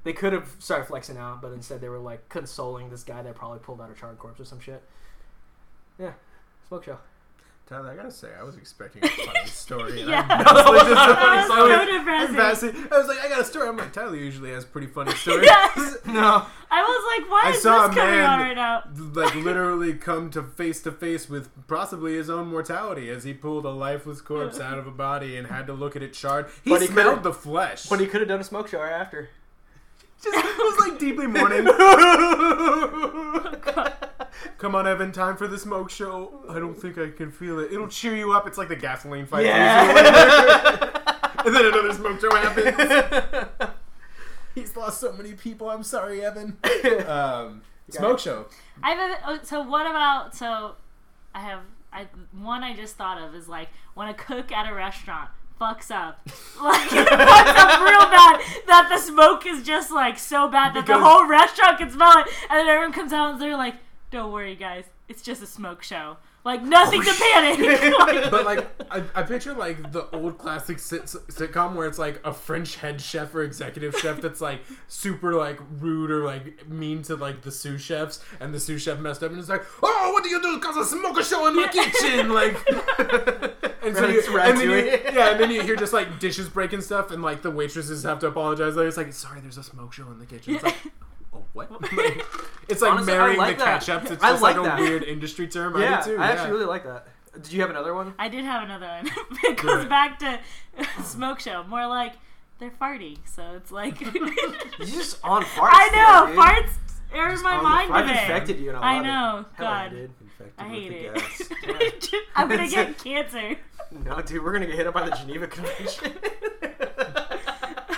Speaker 1: they could have started flexing out but instead they were like consoling this guy that probably pulled out a charred corpse or some shit yeah smoke show
Speaker 3: Tyler, I gotta say, I was expecting a funny story. and
Speaker 2: Yeah.
Speaker 3: I honestly just
Speaker 2: That
Speaker 3: a funny
Speaker 2: was
Speaker 3: story.
Speaker 2: so depressing.
Speaker 3: Embarrassing. I was like, I got a story. I'm like, Tyler usually has pretty funny stories.
Speaker 2: Yes.
Speaker 1: no
Speaker 2: I was like, why
Speaker 3: I
Speaker 2: is
Speaker 3: saw
Speaker 2: this
Speaker 3: a
Speaker 2: coming on
Speaker 3: man-
Speaker 2: right now?
Speaker 3: like literally come to face to face with possibly his own mortality as he pulled a lifeless corpse out of a body and had to look at it charred. He
Speaker 1: But he
Speaker 3: smelled
Speaker 1: could've-
Speaker 3: the flesh.
Speaker 1: but he could have done a smoke show right after
Speaker 3: just was like deeply mourning. Come on, Evan, time for the smoke show. I don't think I can feel it. It'll cheer you up. It's like the gasoline fight. and then another smoke show happens. He's lost so many people. I'm sorry, Evan. Um, smoke show.
Speaker 2: I have. A, oh, so what about? So I have. I one I just thought of is like when a cook at a restaurant fucks up, like fucks up real bad that the smoke is just like so bad that
Speaker 3: Because-
Speaker 2: the whole restaurant can smell it, and then everyone comes out and they're like, "Don't worry, guys, it's just a smoke show. Like nothing to panic." Like,
Speaker 3: But like, I, I picture like the old classic sit- sitcom where it's like a French head chef or executive chef that's like super like rude or like mean to like the sous chefs, and the sous chef messed up and it's like, oh, what do you do? Cause a smoker show in my kitchen, like. And, so you,
Speaker 1: It's
Speaker 3: and then you,
Speaker 1: ratatouille.
Speaker 3: yeah, and then you hear just like dishes breaking stuff, and like the waitresses have to apologize. Like, it's like, sorry, there's a smoke show in the kitchen. It's like, oh, what? Like, it's like
Speaker 1: Honestly, I
Speaker 3: marrying
Speaker 1: like
Speaker 3: the
Speaker 1: that.
Speaker 3: catch ups. It's
Speaker 1: I
Speaker 3: just like,
Speaker 1: like
Speaker 3: a
Speaker 1: that.
Speaker 3: weird industry term.
Speaker 1: yeah
Speaker 3: I do too.
Speaker 1: i
Speaker 3: yeah.
Speaker 1: actually really like that Did you have another one?
Speaker 2: I did have another one. it goes back to smoke show. More like they're farty, so it's like
Speaker 1: You're just on farts.
Speaker 2: I know
Speaker 1: today, dude.
Speaker 2: farts are in my
Speaker 3: on the
Speaker 2: mind
Speaker 3: farts.
Speaker 1: I've
Speaker 2: today.
Speaker 1: infected you, and I,
Speaker 2: I
Speaker 1: love it.
Speaker 2: know,
Speaker 1: Hell yeah,
Speaker 2: God.
Speaker 1: dude.
Speaker 3: Infected
Speaker 2: I
Speaker 3: with
Speaker 2: hate
Speaker 3: the gas.
Speaker 2: it. I'm gonna
Speaker 1: That's
Speaker 2: get
Speaker 1: it.
Speaker 2: cancer.
Speaker 1: No, dude, we're gonna get hit up by the Geneva Convention.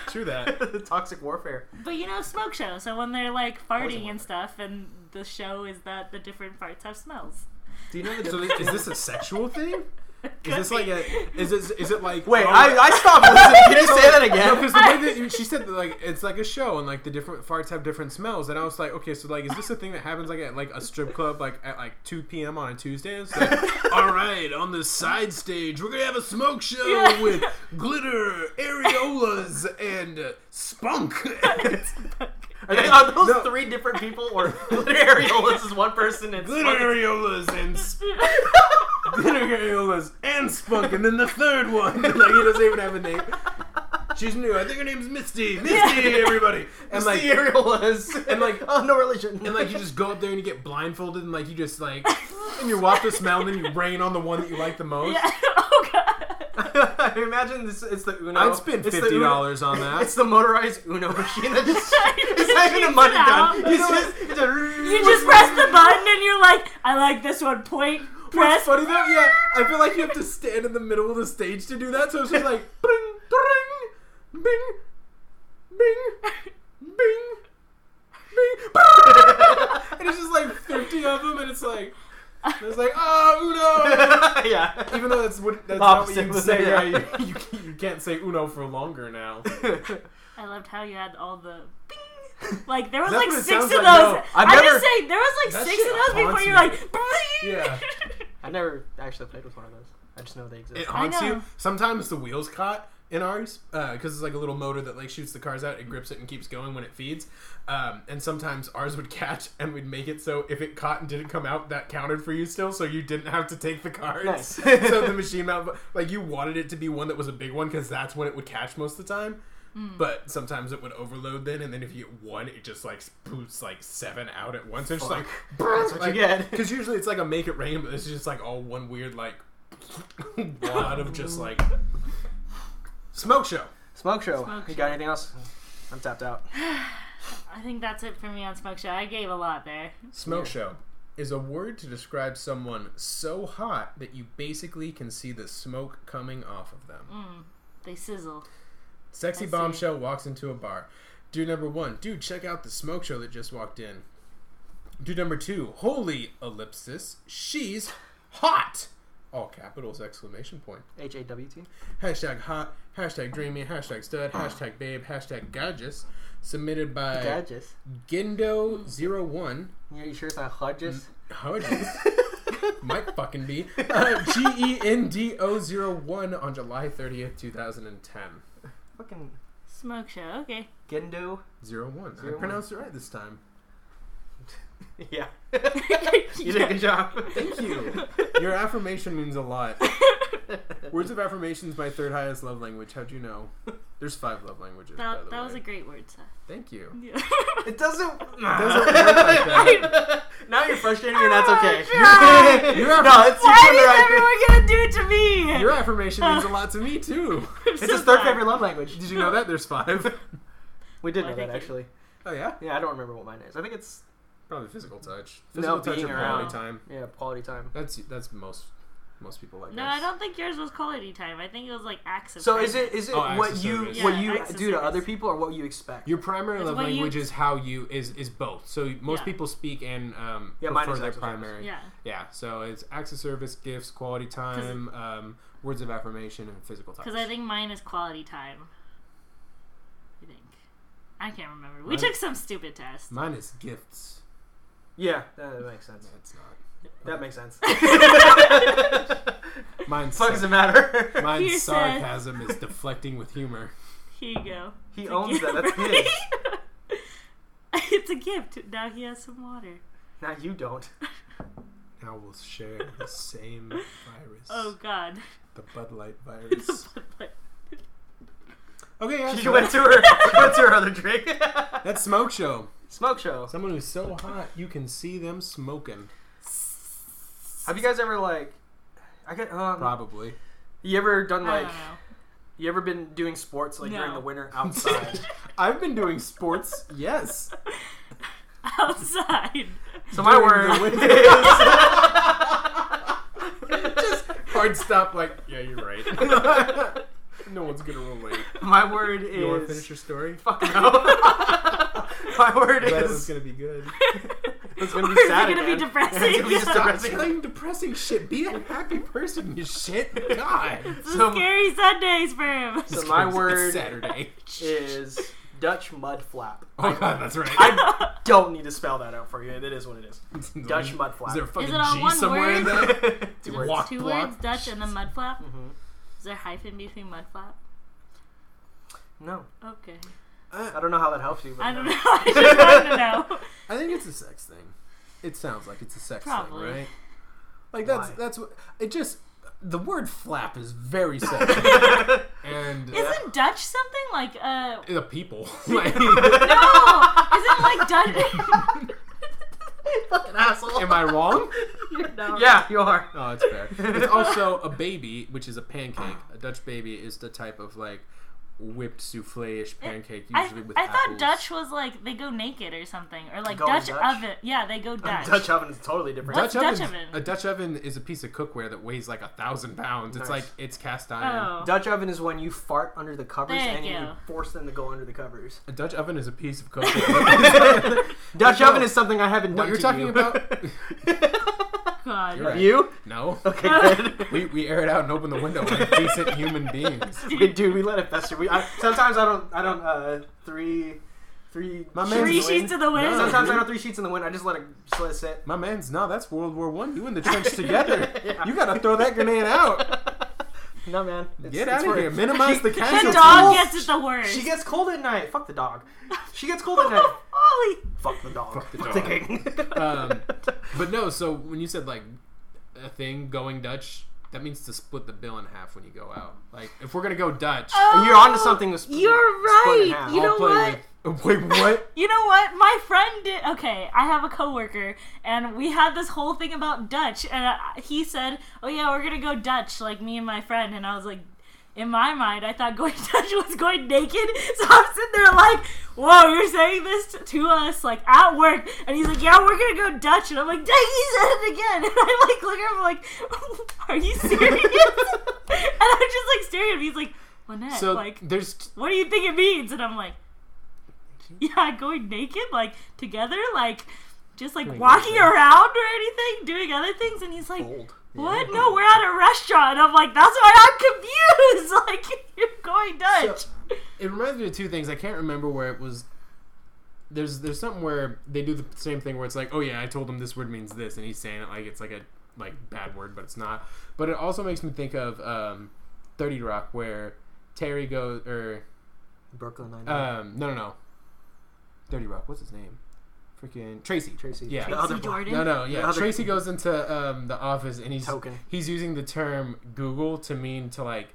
Speaker 3: True that.
Speaker 1: Toxic warfare.
Speaker 2: But you know, smoke show. So when they're like
Speaker 1: wasn't
Speaker 2: farting
Speaker 1: one.
Speaker 2: and stuff, and the show is that the different farts have smells.
Speaker 1: Do you know the
Speaker 3: So
Speaker 1: difference?
Speaker 3: is is this a sexual thing? Is
Speaker 2: Could
Speaker 3: this like
Speaker 2: be.
Speaker 3: a? Is it? Is it like?
Speaker 1: Wait,
Speaker 3: oh,
Speaker 1: I, I stopped listening. Can you say that
Speaker 3: No,
Speaker 1: again?
Speaker 3: because the way that you- she said that, like it's like a show and like the different farts have different smells and I was like okay so like is this a thing that happens like at like a strip club like at like 2 p.m. on a Tuesday it's like all right on the side stage we're gonna have a smoke show
Speaker 2: Yeah.
Speaker 3: with glitter areolas and uh, spunk
Speaker 1: Are, they, are those
Speaker 3: No.
Speaker 1: three different people, or literally this is one person and
Speaker 3: glitter areolas and sp- glitter areolas and spunk and then the third one like he doesn't even have a name she's new I think her name's Misty Misty everybody and like
Speaker 1: Areolas
Speaker 3: and like
Speaker 1: oh no religion
Speaker 3: and like you just go up there and you get blindfolded and like you just like and you walk the smell and then you rain on the one that you like the most.
Speaker 2: Yeah. Oh god.
Speaker 1: imagine this it's the Uno
Speaker 3: I'd spend
Speaker 1: It's the
Speaker 3: fifty
Speaker 1: Uno-
Speaker 3: dollars on
Speaker 1: it's
Speaker 3: that.
Speaker 1: the motorized Uno machine that just it's not even a
Speaker 2: Shoots
Speaker 1: money
Speaker 2: it out.
Speaker 1: gun It's just- it's a-
Speaker 2: You just press the button and you're like, I like this one. Point.
Speaker 3: What's
Speaker 2: Press.
Speaker 3: funny though, yeah, I feel like you have to stand in the middle of the stage to do that, so it's just like bring, bring, bing, bing, bing, bing, and it's just like fifty of them, and it's like. It's like, oh,
Speaker 1: yeah
Speaker 3: Uno! Even though that's what that's not what
Speaker 1: Opposite
Speaker 3: you'd
Speaker 1: was-
Speaker 3: say,
Speaker 1: yeah.
Speaker 3: right? You, you can't say Uno for longer now.
Speaker 2: I loved how you had all the. bing. Like there was
Speaker 3: That's
Speaker 2: like
Speaker 3: what it
Speaker 2: six of
Speaker 3: sounds
Speaker 2: those.
Speaker 3: like, yo.
Speaker 2: I'm
Speaker 1: I've never-
Speaker 2: just saying there was like
Speaker 3: That
Speaker 2: six of
Speaker 3: shit
Speaker 2: those before
Speaker 3: haunts
Speaker 2: you're
Speaker 3: me.
Speaker 2: like. bing.
Speaker 3: Yeah.
Speaker 1: I never actually played with one of those I just know they
Speaker 3: it
Speaker 1: exist
Speaker 3: haunts
Speaker 2: know.
Speaker 3: you. Sometimes the wheels caught in ours because it's like a little motor that like shoots the cars out. It grips it and keeps going when it feeds. Um, and sometimes ours would catch and we'd make it so if it caught and didn't come out, that counted for you still, so you didn't have to take the cards.
Speaker 1: Nice.
Speaker 3: so the machine mount, like you wanted it to be one that was a big one because that's when it would catch most of the time.
Speaker 1: Hmm.
Speaker 3: But sometimes it would overload then, and then if you get one, it just like boots like seven out at once. It's just like
Speaker 1: That's what you get.
Speaker 3: Because usually it's like a make it rain, but it's just like all one weird like wad of just like smoke show.
Speaker 1: smoke show
Speaker 2: Smoke
Speaker 1: you
Speaker 2: show.
Speaker 1: got anything else I'm tapped out
Speaker 2: I think that's it for me on Smoke Show. I gave a lot there.
Speaker 3: Smoke show is a word to describe someone so hot that you basically can see the smoke coming off of them.
Speaker 2: They sizzle.
Speaker 3: Sexy
Speaker 2: Mm, I see.
Speaker 3: bombshell walks into a bar. Dude number one, dude, check out the smoke show that just walked in. Dude number two, holy ellipsis, she's hot. All capitals exclamation point.
Speaker 1: H A W T
Speaker 3: Hashtag hot, hashtag dreamy, hashtag stud,
Speaker 1: Ah.
Speaker 3: hashtag babe, hashtag gorgeous. Submitted by
Speaker 1: Gadgets
Speaker 3: Gendo01.
Speaker 1: yeah you sure it's not Hodges
Speaker 3: How it is.
Speaker 1: Mm.
Speaker 3: Might fucking be. Uh, G E N D O 01 on July 30th, 2010.
Speaker 1: fucking
Speaker 2: Smoke Show. Okay.
Speaker 1: Gendo
Speaker 3: 01. I
Speaker 1: Zero one.
Speaker 3: pronounced it right this time.
Speaker 1: yeah you did a
Speaker 2: Yeah.
Speaker 1: good job
Speaker 3: Thank you. Your affirmation means a lot. Words of affirmation is my third highest love language. How'd you know? There's five love languages. by the
Speaker 2: That, that
Speaker 3: way.
Speaker 2: was a great word, Seth.
Speaker 3: Thank you.
Speaker 2: Yeah.
Speaker 1: It doesn't.
Speaker 3: doesn't work like
Speaker 1: now you're frustrating me, and that's okay.
Speaker 2: Oh, God.
Speaker 1: You're no, it's
Speaker 2: Why
Speaker 1: you're doing
Speaker 2: is
Speaker 1: the right
Speaker 2: everyone gonna do it to me?
Speaker 3: Your affirmation means a lot to me too.
Speaker 1: thing.
Speaker 2: I'm so
Speaker 1: It's his third
Speaker 2: sorry.
Speaker 1: favorite love language.
Speaker 3: Did you know that there's five?
Speaker 1: We did
Speaker 2: Well,
Speaker 1: know
Speaker 2: thank
Speaker 1: that
Speaker 2: you.
Speaker 1: actually.
Speaker 3: Oh yeah,
Speaker 1: Yeah, I don't remember what mine is. I think it's
Speaker 3: probably physical touch.
Speaker 1: No,
Speaker 3: Physical touch
Speaker 1: being
Speaker 3: or
Speaker 1: around.
Speaker 3: quality time.
Speaker 1: yeah quality time.
Speaker 3: That's that's most most people like.
Speaker 2: No,
Speaker 3: us.
Speaker 2: I don't think yours was quality time. I think it was like acts of.
Speaker 1: So
Speaker 2: service.
Speaker 1: is it is it
Speaker 3: Oh, acts
Speaker 1: what
Speaker 3: of
Speaker 1: you
Speaker 3: service.
Speaker 1: what
Speaker 2: Yeah,
Speaker 1: you
Speaker 2: acts of
Speaker 1: do to
Speaker 2: service.
Speaker 1: other people or what you expect?
Speaker 3: Your primary
Speaker 2: It's
Speaker 3: love
Speaker 2: what you-
Speaker 3: language is how you is is both. So most
Speaker 2: Yeah.
Speaker 3: people speak and um,
Speaker 1: Yeah, mine
Speaker 3: prefer
Speaker 1: is
Speaker 3: their
Speaker 1: acts of service.
Speaker 3: primary.
Speaker 2: Yeah.
Speaker 3: Yeah, so it's acts of service, gifts, quality time, um, words of affirmation, and physical touch.
Speaker 2: Because I think mine is quality time. I think. I can't remember. We
Speaker 3: Mine-
Speaker 2: took some stupid test.
Speaker 3: Mine is gifts.
Speaker 1: yeah, that, that makes sense.
Speaker 3: That's
Speaker 1: That makes sense.
Speaker 3: not. Mine's,
Speaker 1: Fuck does it matter?
Speaker 3: mine's
Speaker 2: Here, Seth.
Speaker 3: sarcasm is deflecting with humor.
Speaker 2: Here you go.
Speaker 1: He
Speaker 2: It's a
Speaker 1: owns that. That's
Speaker 2: gift.
Speaker 1: his.
Speaker 2: it's a gift. Now he has some water.
Speaker 1: Now you don't.
Speaker 3: Now we'll share the same virus.
Speaker 2: Oh God.
Speaker 3: The Bud Light virus. okay, yeah,
Speaker 1: She
Speaker 3: so
Speaker 1: went to her she went to her other drink.
Speaker 3: that's smoke show.
Speaker 1: Smoke show.
Speaker 3: Someone who's so hot you can see them smoking.
Speaker 1: Have you guys ever like I get. Um,
Speaker 3: Probably.
Speaker 1: You ever done
Speaker 2: I
Speaker 1: like?
Speaker 2: don't know.
Speaker 1: You ever been doing sports like during
Speaker 2: No.
Speaker 1: the winter outside?
Speaker 3: I've been doing sports, yes.
Speaker 2: Outside.
Speaker 1: so my
Speaker 3: During
Speaker 1: word.
Speaker 3: the winter. Just hard stop, like, yeah, you're right. no one's gonna relate.
Speaker 1: my word
Speaker 3: You wanna finish
Speaker 1: is.
Speaker 3: your story?
Speaker 1: Fuck no. my word
Speaker 3: That was
Speaker 1: is.
Speaker 3: gonna be good.
Speaker 1: It's gonna
Speaker 2: Or
Speaker 1: be
Speaker 2: is it
Speaker 1: sad.
Speaker 2: gonna be
Speaker 1: again.
Speaker 2: depressing?
Speaker 1: It's gonna be just
Speaker 2: Stop
Speaker 1: depressing.
Speaker 3: Claim depressing shit. Be a happy person, you shit. God.
Speaker 2: It's
Speaker 1: So-
Speaker 2: scary Sundays for him.
Speaker 1: So my word
Speaker 3: It's Saturday.
Speaker 1: is Dutch mud flap.
Speaker 3: Oh god, that's right.
Speaker 1: I don't need to spell that out for you. That is what it is. Dutch mud flap.
Speaker 3: Is there a fucking
Speaker 2: it all
Speaker 3: G
Speaker 2: one
Speaker 3: somewhere
Speaker 2: word?
Speaker 3: in that?
Speaker 1: Two
Speaker 2: It's
Speaker 1: words.
Speaker 3: Walk
Speaker 2: two
Speaker 3: block.
Speaker 2: words, Dutch and then mudflap.
Speaker 1: Mhm.
Speaker 2: Is there a hyphen between mudflap?
Speaker 1: No,
Speaker 2: Okay.
Speaker 1: I don't know how that helps you. But
Speaker 2: I don't know. I just wanted to know.
Speaker 3: I think it's a sex thing. It sounds like it's a sex
Speaker 2: Probably.
Speaker 3: thing, right? Like that's
Speaker 1: Why?
Speaker 3: that's what it just the word flap is very sexy.
Speaker 1: know.
Speaker 3: and
Speaker 2: Isn't Dutch something like uh
Speaker 3: the people. Like,
Speaker 2: no? Isn't like Dutch?
Speaker 1: Fucking asshole.
Speaker 3: am I wrong?
Speaker 1: Yeah, you are.
Speaker 3: Oh, it's fair. It's also a baby, which is a pancake. A Dutch baby is the type of like whipped souffle-ish pancake,
Speaker 2: I,
Speaker 3: usually with
Speaker 2: I thought
Speaker 3: apples.
Speaker 2: Dutch was like they go naked or something or like
Speaker 1: Going
Speaker 2: Dutch,
Speaker 1: Dutch?
Speaker 2: oven. Yeah, they go Dutch.
Speaker 1: Dutch oven is totally different.
Speaker 2: What's Dutch
Speaker 3: oven's-
Speaker 2: oven?
Speaker 3: A Dutch oven is a piece of cookware that weighs like a thousand pounds. It's
Speaker 1: Nice.
Speaker 3: like it's cast iron.
Speaker 2: Oh.
Speaker 1: Dutch oven is when you fart under the covers
Speaker 2: There
Speaker 1: and
Speaker 2: you
Speaker 1: you
Speaker 2: go.
Speaker 1: force them to go under the covers.
Speaker 3: A Dutch oven is a piece of cookware.
Speaker 1: Dutch
Speaker 3: Michelle,
Speaker 1: oven is something I haven't
Speaker 3: what
Speaker 1: done.
Speaker 3: you're
Speaker 1: to
Speaker 3: talking
Speaker 1: you.
Speaker 3: about?
Speaker 2: God.
Speaker 3: You're right.
Speaker 1: you?
Speaker 3: no,
Speaker 1: Okay, good.
Speaker 3: we we air it out and open the window like decent human beings.
Speaker 1: We- Dude, we let it fester. We I, sometimes I don't. I don't. Uh, three, three.
Speaker 3: My
Speaker 1: sheets
Speaker 3: man's-
Speaker 1: in the
Speaker 2: Three
Speaker 1: wind.
Speaker 2: sheets of the wind.
Speaker 3: No.
Speaker 1: Sometimes I don't three sheets in the wind. I just let it. Just let it sit.
Speaker 3: My man's no, that's World War One. You in the trench together. You gotta throw that grenade out.
Speaker 1: No man. It's,
Speaker 3: Get
Speaker 1: it's
Speaker 3: out of
Speaker 1: work.
Speaker 3: here. Minimize the
Speaker 2: The
Speaker 3: casualties.
Speaker 2: dog gets it the worst.
Speaker 1: She gets cold at night. Fuck the dog. She gets cold at night.
Speaker 2: Holy.
Speaker 1: Fuck the dog.
Speaker 3: Fuck the
Speaker 1: I'm
Speaker 3: dog.
Speaker 1: thinking.
Speaker 3: Um, but no, so when you said like a thing going Dutch, that means to split the bill in half when you go out. Like if we're gonna go Dutch,
Speaker 1: You're onto something with sp-
Speaker 2: You're
Speaker 1: split in
Speaker 2: right.
Speaker 1: half.
Speaker 2: Oh, You
Speaker 1: I'll
Speaker 2: know
Speaker 3: play
Speaker 2: what?
Speaker 3: with. Wait, what?
Speaker 2: You know what? My friend did. Okay, I have a coworker, and we had this whole thing about Dutch, and I, he said, "Oh yeah, we're gonna go Dutch, like me and my friend." And I was like, in my mind, I thought going Dutch was going naked, so I'm sitting there like, "Whoa, you're saying this t- to us like at work?" And he's like, "Yeah, we're gonna go Dutch," and I'm like, "Dang, he said it again!" And I like look at him like, "Are you serious?" and I'm just like staring at him. He's like, "Lynette,
Speaker 3: So
Speaker 2: like."
Speaker 3: there's
Speaker 2: what do you think it means? And I'm like, yeah, going naked, like together, like just like
Speaker 3: Going
Speaker 2: walking
Speaker 3: naked. Oh,
Speaker 2: around or anything, doing other things. And he's like,
Speaker 1: Old.
Speaker 2: what? No, we're at a restaurant. And I'm like, that's why I'm confused. Like, you're going Dutch.
Speaker 3: So- It reminds me of two things. I can't remember where it was. There's there's something where they do the same thing where it's like, oh yeah, I told him this word means this, and he's saying it like it's like a like bad word, but it's not. But it also makes me think of um, Thirty Rock, where Terry goes or
Speaker 1: Brooklyn Nine.
Speaker 3: um, no no no, Thirty Rock. What's his name? Freaking Tracy.
Speaker 1: Tracy.
Speaker 3: Yeah.
Speaker 1: The other
Speaker 2: Tracy
Speaker 1: one.
Speaker 2: Jordan.
Speaker 3: No no yeah.
Speaker 1: The other-
Speaker 3: Tracy goes into um, the office and he's
Speaker 1: Token.
Speaker 3: he's using the term Google to mean to like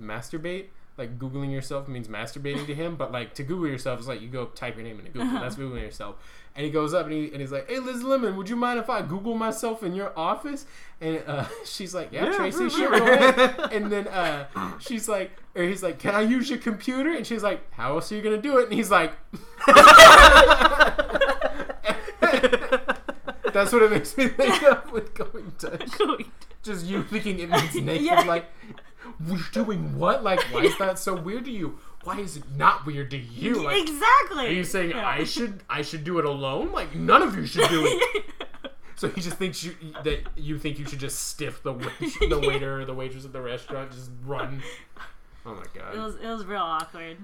Speaker 3: masturbate. Like googling yourself means masturbating to him, but like to Google yourself is like you go type your name into Google. That's
Speaker 1: Uh-huh.
Speaker 3: googling yourself. And he goes up and, he, and he's like, "Hey, Liz Lemon, would you mind if I Google myself in your office?" And uh, she's like, "Yeah,
Speaker 1: Yeah, mm-hmm.
Speaker 3: Tracy,
Speaker 1: sure, sure."
Speaker 3: sure." Go ahead. And then uh, she's like, or he's like, "Can I use your computer?" And she's like, "How else are you gonna do it?" And he's like, "That's what it makes me think of with going Dutch."
Speaker 2: Going
Speaker 3: just you thinking it means naked.
Speaker 2: Yeah.
Speaker 3: Like, we're doing what? Like, why is that so weird to you? Why is it not weird to you? Like,
Speaker 2: exactly.
Speaker 3: are you saying
Speaker 2: Yeah.
Speaker 3: I should I should do it alone? Like, none of you should do it. so he just thinks you that you think you should just stiff the wait, the waiter or the waitress at the restaurant. Just run. Oh my god.
Speaker 2: It was it was real awkward.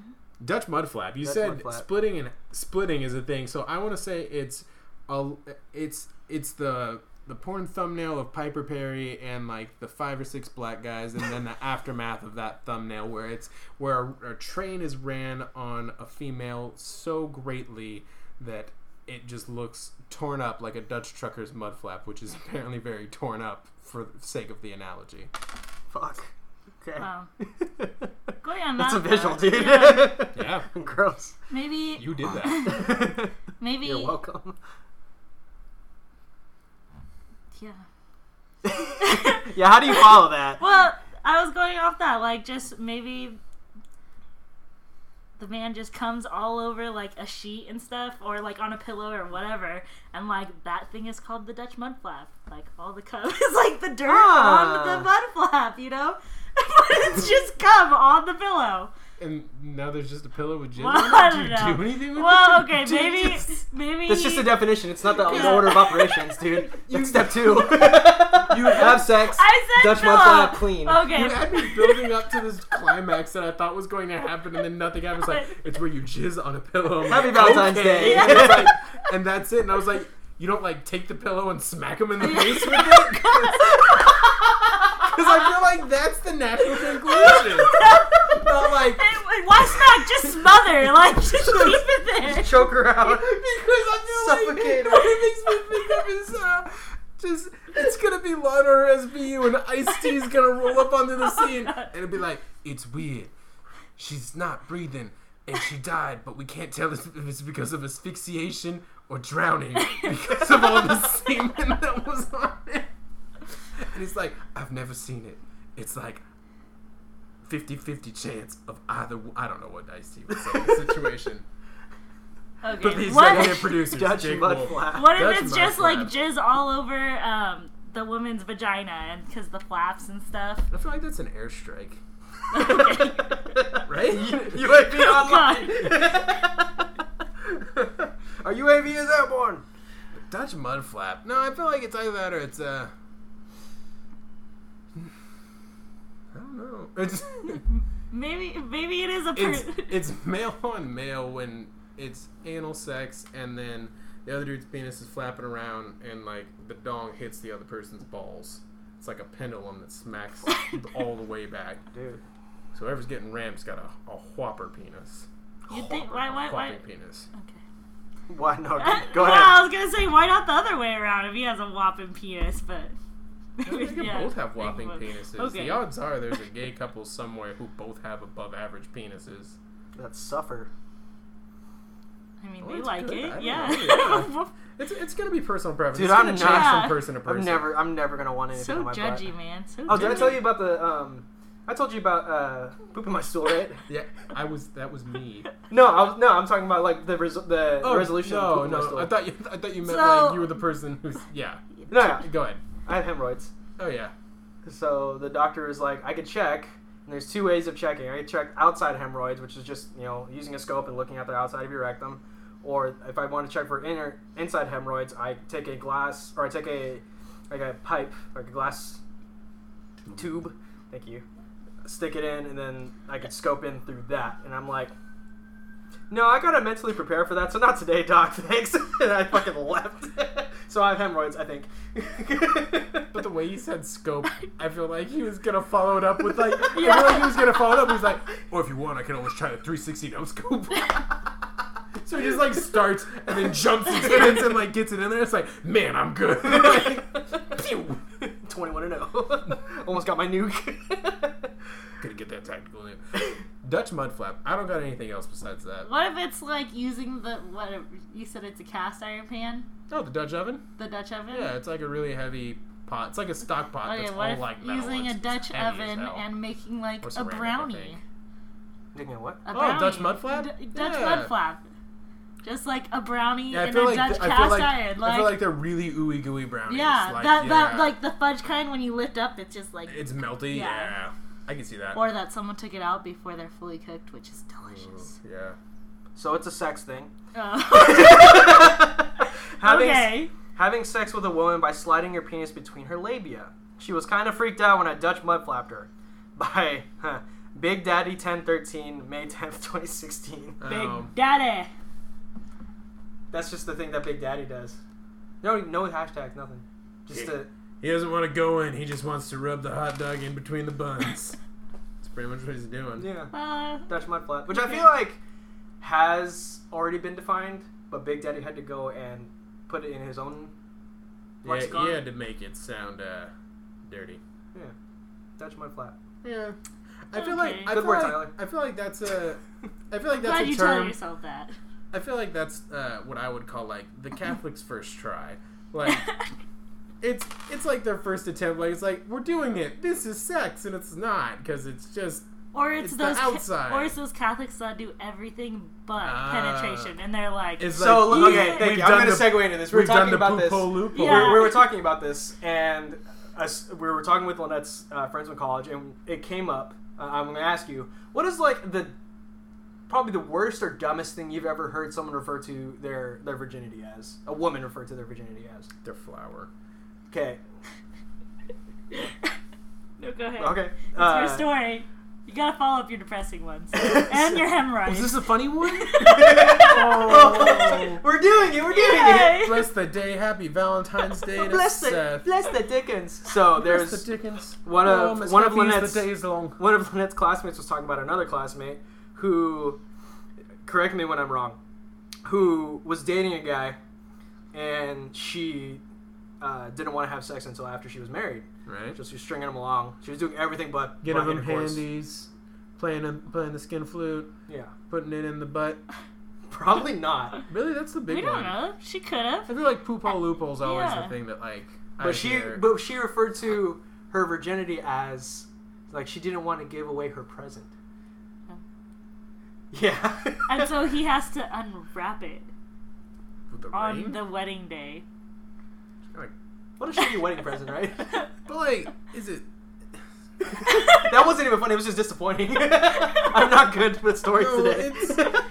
Speaker 3: Dutch mudflap. You
Speaker 1: Dutch
Speaker 3: said
Speaker 1: mudflap.
Speaker 3: splitting and splitting is a thing. So I want to say it's a, it's it's the the porn thumbnail of Piper Perry and like the five or six black guys, and then the aftermath of that thumbnail where it's where a, a train is ran on a female so greatly that it just looks torn up like a Dutch trucker's mudflap, which is apparently very torn up for the sake of the analogy.
Speaker 1: Fuck. Okay.
Speaker 2: Wow. Going on
Speaker 1: That's a
Speaker 2: that
Speaker 1: visual,
Speaker 2: note,
Speaker 1: dude.
Speaker 2: yeah.
Speaker 3: Yeah,
Speaker 1: Gross.
Speaker 2: Maybe
Speaker 3: you did that.
Speaker 2: maybe
Speaker 1: You're welcome.
Speaker 2: yeah.
Speaker 1: yeah, how do you follow that?
Speaker 2: Well, I was going off that, like, just maybe the man just comes all over like a sheet and stuff, or like on a pillow or whatever, and like that thing is called the Dutch mud flap. Like all the cum is like the dirt
Speaker 1: Ah.
Speaker 2: on the mud flap, you know? it's just cum on the pillow.
Speaker 3: And now there's just a pillow with jizz.
Speaker 2: Well, I
Speaker 3: on it?
Speaker 2: don't
Speaker 3: Do you
Speaker 2: know.
Speaker 3: do anything with
Speaker 2: Well,
Speaker 3: it?
Speaker 2: okay,
Speaker 3: Do you
Speaker 2: maybe,
Speaker 3: just-
Speaker 2: maybe
Speaker 1: That's just a definition. It's not the, the
Speaker 2: Yeah.
Speaker 1: order of operations, dude. That's step two. you have sex.
Speaker 2: I said
Speaker 1: Dutch
Speaker 2: pillow.
Speaker 1: mud flap clean.
Speaker 2: Okay,
Speaker 3: You had me building up to this climax that I thought was going to happen, and then nothing happens. Like it's where you jizz on a pillow. I'm
Speaker 1: Happy
Speaker 3: like,
Speaker 1: Valentine's
Speaker 3: okay.
Speaker 1: Day.
Speaker 3: And, it's like- and that's it. And I was like, you don't like take the pillow and smack him in the face with it. Because I feel like that's the natural conclusion. Not like
Speaker 2: Hey, why smack? Just smother. Like, just keep it there.
Speaker 1: Choke her out.
Speaker 3: because I feel
Speaker 1: Suffocate him.
Speaker 3: like it makes me think of his uh, just it's gonna be Lana or SBU and Ice T's gonna roll up onto the scene and it'll be like it's weird. She's not breathing and she died, but we can't tell if it's because of asphyxiation or drowning because of all the semen that was on it. And he's like, I've never seen it. It's like 50-50 chance of either. I don't know what Ice T would say in this situation.
Speaker 2: Okay.
Speaker 3: But these
Speaker 2: what,
Speaker 3: executive producers,
Speaker 1: Dutch
Speaker 3: Jake
Speaker 1: mud
Speaker 3: Wolf.
Speaker 1: flap.
Speaker 2: what if
Speaker 3: That's
Speaker 2: it's
Speaker 3: my
Speaker 2: just
Speaker 3: flap.
Speaker 2: like jizz all over um, the woman's vagina and because the flaps and stuff?
Speaker 3: I feel like that's an airstrike,
Speaker 1: right?
Speaker 3: right?
Speaker 1: UAV
Speaker 3: Oh,
Speaker 1: online. Our UAV is airborne.
Speaker 3: Dutch mud flap. No, I feel like it's either that or it's uh. I don't know. It's
Speaker 2: Maybe, maybe it is a. Per-
Speaker 3: it's it's male on male when it's anal sex and then the other dude's penis is flapping around and like the dong hits the other person's balls. It's like a pendulum that smacks all the way back.
Speaker 1: Dude.
Speaker 3: So whoever's getting ramped's got a, a whopper penis.
Speaker 2: you think why? Why? Why?
Speaker 3: Whopping penis.
Speaker 2: Okay.
Speaker 1: Why no? Go
Speaker 2: well,
Speaker 1: ahead.
Speaker 2: I was gonna say why not the other way around if he has a whopping penis, but
Speaker 3: They could
Speaker 2: Yeah.
Speaker 3: both have
Speaker 2: They
Speaker 3: whopping
Speaker 2: both-
Speaker 3: penises.
Speaker 2: Okay.
Speaker 3: The odds are there's a gay couple somewhere who both have above average penises.
Speaker 1: That's suffer.
Speaker 2: I mean,
Speaker 3: Well,
Speaker 2: they
Speaker 3: Oh, it's
Speaker 2: like
Speaker 3: good. I
Speaker 2: it,
Speaker 3: don't
Speaker 2: yeah.
Speaker 3: know, It's, it's gonna be personal preference.
Speaker 1: Dude,
Speaker 3: it's gonna
Speaker 1: I'm
Speaker 3: change
Speaker 2: not-
Speaker 3: from person to person.
Speaker 1: I'm never. I'm never gonna want anything
Speaker 2: so
Speaker 1: on my
Speaker 2: judgy,
Speaker 1: butt.
Speaker 2: man. So
Speaker 1: Oh,
Speaker 2: judgy.
Speaker 1: did I tell you about the um? I told you about uh pooping my stool, right?
Speaker 3: Yeah, I was. That was me.
Speaker 1: No, I was, no, I'm talking about like the res- the resolution. of
Speaker 3: Oh,
Speaker 1: pooping my
Speaker 3: No, no.
Speaker 1: stool.
Speaker 3: I thought you. I thought you meant
Speaker 2: So-
Speaker 3: like you were the person who's. Yeah.
Speaker 1: no, no,
Speaker 3: Go ahead.
Speaker 1: I have hemorrhoids.
Speaker 3: Oh yeah.
Speaker 1: So the doctor was like, I could check. And there's two ways of checking. I could check outside hemorrhoids, which is just you know using a scope and looking at the outside of your rectum, or if I want to check for inner inside hemorrhoids, I take a glass or I take a like a pipe, like a glass tube. Thank you. Stick it in, and then I could scope in through that. And I'm like, no, I gotta mentally prepare for that. So not today, doc. Thanks. and I fucking left. so I have hemorrhoids, I think.
Speaker 3: But the way he said scope, I feel like he was gonna follow it up with like.
Speaker 1: Yeah.
Speaker 3: I feel like he was gonna follow it up. He was like, or if you want, I can always try the 360 no scope. so he just like starts and then jumps and spins and like gets it in there. It's like, man, I'm good. Pew.
Speaker 1: 21 and 0. Almost got my nuke.
Speaker 3: Gonna get that tactical name. Dutch mud flap. I don't got anything else besides that.
Speaker 2: What if it's like using the what you said? It's a cast iron pan,
Speaker 3: Oh, the Dutch oven.
Speaker 2: the Dutch oven.
Speaker 3: Yeah, it's like a really heavy pot. It's like a stock pot
Speaker 2: Okay,
Speaker 3: that's
Speaker 2: what
Speaker 3: all
Speaker 2: if
Speaker 3: like metal.
Speaker 2: using a
Speaker 3: It's- it's
Speaker 2: Dutch
Speaker 3: heavy as
Speaker 2: oven
Speaker 3: hell.
Speaker 2: and making like
Speaker 3: Or
Speaker 2: a
Speaker 3: ceramic, I
Speaker 2: brownie?
Speaker 3: think.
Speaker 1: Didn't know what?
Speaker 2: A
Speaker 3: Oh, a
Speaker 2: brownie.
Speaker 3: Dutch mud flap?
Speaker 2: D- Dutch
Speaker 3: Yeah.
Speaker 2: mud flap. Just like a brownie
Speaker 3: Yeah, I
Speaker 2: in
Speaker 3: feel
Speaker 2: a
Speaker 3: like
Speaker 2: Dutch
Speaker 3: th- I feel
Speaker 2: cast
Speaker 3: like
Speaker 2: iron. Like,
Speaker 3: I feel like they're really ooey gooey brownies.
Speaker 2: yeah,
Speaker 3: like,
Speaker 2: that that
Speaker 3: yeah.
Speaker 2: like the fudge kind when you lift up, it's just like
Speaker 3: it's melty.
Speaker 2: Yeah.
Speaker 3: Yeah. I can see that.
Speaker 2: or that someone took it out before they're fully cooked, which is delicious.
Speaker 3: yeah,
Speaker 1: So it's a sex thing.
Speaker 2: Oh.
Speaker 1: having,
Speaker 2: okay.
Speaker 1: having sex with a woman by sliding your penis between her labia. She was kind of freaked out when I Dutch mud flapped her. By huh, Big Daddy 1013, May 10th, 2016.
Speaker 3: Um,
Speaker 2: Big Daddy.
Speaker 1: That's just the thing that Big Daddy does. No, no hashtags, nothing. Just
Speaker 3: Yeah.
Speaker 1: a,
Speaker 3: he doesn't want to go in. He just wants to rub the hot dog in between the buns. That's pretty much what he's doing.
Speaker 1: yeah,
Speaker 2: Uh,
Speaker 1: Dutch mud flap, which I
Speaker 2: Okay.
Speaker 1: feel like has already been defined, but Big Daddy had to go and put it in his own
Speaker 3: yeah,
Speaker 1: lexicon.
Speaker 3: he had to make it sound uh, dirty.
Speaker 1: Dutch mud flap.
Speaker 3: Yeah, I feel like
Speaker 2: Okay.
Speaker 1: Good
Speaker 3: I feel
Speaker 1: work,
Speaker 3: like,
Speaker 1: Tyler.
Speaker 3: I feel like that's a. I feel like that's
Speaker 2: glad
Speaker 3: a
Speaker 2: you
Speaker 3: term.
Speaker 2: tell yourself that.
Speaker 3: I feel like that's uh, what I would call like the Catholic's first try. Like it's it's like their first attempt. Like it's like we're doing it. This is sex, and it's not because it's just
Speaker 2: Or it's,
Speaker 3: It's the
Speaker 2: those ca-
Speaker 3: outside.
Speaker 2: or it's those Catholics that do everything but
Speaker 3: Ah.
Speaker 2: penetration, and they're like,
Speaker 3: it's
Speaker 1: So
Speaker 3: like
Speaker 1: look, okay,
Speaker 2: Yeah.
Speaker 1: thank
Speaker 3: We've
Speaker 1: you. I'm
Speaker 3: done
Speaker 1: going to
Speaker 3: the-
Speaker 1: segue into this. We
Speaker 3: we've
Speaker 1: We're talking
Speaker 3: done the
Speaker 1: about this.
Speaker 3: poopo
Speaker 1: We
Speaker 3: loophole.
Speaker 2: Yeah.
Speaker 1: were, we were talking about this, and us, we were talking with Lynette's uh, friends from college, and it came up. Uh, I'm going to ask you, what is like the probably the worst or dumbest thing you've ever heard someone refer to their their virginity as? A woman refer to their virginity as?
Speaker 3: Their flower.
Speaker 1: Okay,
Speaker 2: no, go ahead.
Speaker 1: okay.
Speaker 2: It's
Speaker 1: uh,
Speaker 2: your story. You gotta follow up your depressing ones and your hemorrhoids.
Speaker 3: Is this a funny one?
Speaker 1: Oh, we're doing it. We're doing it.
Speaker 2: Yay!
Speaker 3: Bless the day, happy Valentine's Day to
Speaker 1: Bless the,
Speaker 3: Seth.
Speaker 1: bless the Dickens. So
Speaker 3: uh, Bless
Speaker 1: Oh, there's
Speaker 3: the Dickens.
Speaker 1: one
Speaker 3: Oh,
Speaker 1: of-
Speaker 3: Miss
Speaker 1: one of
Speaker 3: Happy is
Speaker 1: Lynette's-
Speaker 3: The days long.
Speaker 1: one of Lynette's classmates was talking about another classmate who, correct me when I'm wrong, who was dating a guy and she uh, didn't want to have sex until after she was married.
Speaker 3: Right.
Speaker 1: Just she was stringing him along. She was doing everything but
Speaker 3: Getting
Speaker 1: but
Speaker 3: them
Speaker 1: intercourse.
Speaker 3: handies, playing 'em- playing the skin flute,
Speaker 1: Yeah,
Speaker 3: putting it in the butt.
Speaker 1: probably not.
Speaker 3: Really, that's the big
Speaker 2: we don't
Speaker 3: one.
Speaker 2: know. She could have.
Speaker 3: I feel like poopo loophole's always
Speaker 2: Yeah.
Speaker 3: the thing that like. I
Speaker 1: But she
Speaker 3: hear.
Speaker 1: but she referred to her virginity as like she didn't want to give away her present.
Speaker 2: Oh.
Speaker 1: Yeah.
Speaker 2: And so he has to unwrap it
Speaker 3: With the
Speaker 2: on
Speaker 3: ring?
Speaker 2: the wedding day.
Speaker 3: Like,
Speaker 1: what a shitty wedding present, right?
Speaker 3: but like, is it?
Speaker 1: That wasn't even funny. It was just disappointing. I'm not good with stories
Speaker 3: No,
Speaker 1: today.
Speaker 3: it's-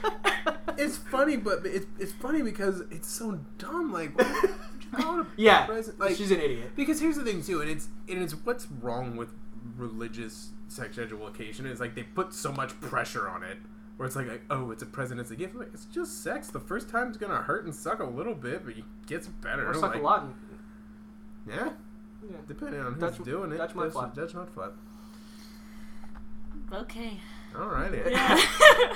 Speaker 3: It's funny, but it's it's funny because it's so dumb. Like, what would you call it a
Speaker 1: yeah,
Speaker 3: present? Like,
Speaker 1: she's an idiot.
Speaker 3: because here's the thing too, and it's and it's what's wrong with religious sex education is like they put so much pressure on it, where it's like, like, oh, it's a present, it's a gift. Like, it's just sex. The first time's gonna hurt and suck a little bit, but it gets better.
Speaker 1: Or suck
Speaker 3: Like,
Speaker 1: a lot. And,
Speaker 3: Yeah,
Speaker 1: yeah.
Speaker 3: depending on who's
Speaker 1: Dutch-
Speaker 3: doing it.
Speaker 1: Dutch mud flap.
Speaker 3: Dutch mud flap.
Speaker 2: Okay.
Speaker 3: Alrighty.
Speaker 2: Yeah.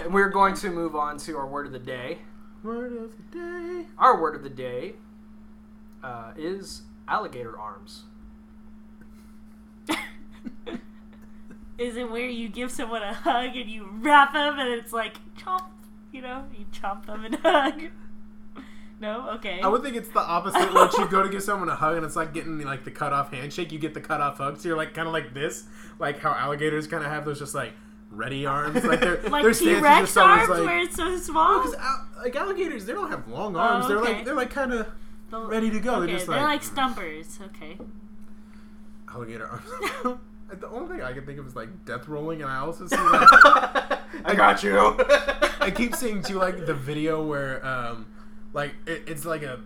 Speaker 1: And we're going to move on to our word of the day.
Speaker 3: Word of the day.
Speaker 1: Our word of the day uh, is alligator arms.
Speaker 2: Is it where you give someone a hug and you wrap them and it's like chomp, you know, you chomp them and hug? No, okay.
Speaker 3: I would think it's the opposite. Once you go to give someone a hug, and it's like getting like the cut off handshake, you get the cut off hug. So you're like kind of like this, like how alligators kind of have those just like ready arms, like they're
Speaker 2: like T Rex arms where it's so small.
Speaker 3: because al- like alligators, they don't have long arms. They're
Speaker 2: okay.
Speaker 3: like they're like kind of
Speaker 2: The-
Speaker 3: ready to go.
Speaker 2: Okay,
Speaker 3: they're just
Speaker 2: they're
Speaker 3: like,
Speaker 2: like stumpers. Okay.
Speaker 3: alligator arms. the only thing I can think of is like death rolling, and I also see like
Speaker 1: I got you.
Speaker 3: I keep seeing too like the video where um like it, it's like a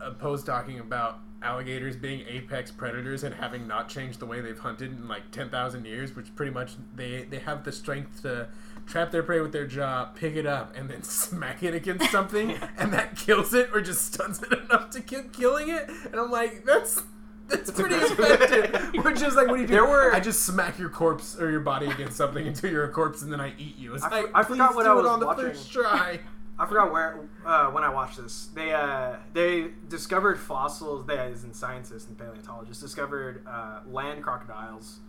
Speaker 3: a post talking about alligators being apex predators and having not changed the way they've hunted in like 10,000 years which pretty much they they have the strength to trap their prey with their jaw pick it up and then smack it against something and that kills it or just stuns it enough to keep killing it and I'm like that's that's pretty
Speaker 1: aggressive.
Speaker 3: effective. Which is like, what do you do?
Speaker 1: There were-
Speaker 3: I just smack your corpse or your body against something until you're a corpse, and then I eat you. It's
Speaker 1: I for-
Speaker 3: like,
Speaker 1: I forgot
Speaker 3: please
Speaker 1: what
Speaker 3: do
Speaker 1: I
Speaker 3: it
Speaker 1: was
Speaker 3: on the
Speaker 1: watching.
Speaker 3: first try.
Speaker 1: I forgot where uh, when I watched this. They uh, they discovered fossils. They, as in scientists and paleontologists, discovered uh, land crocodiles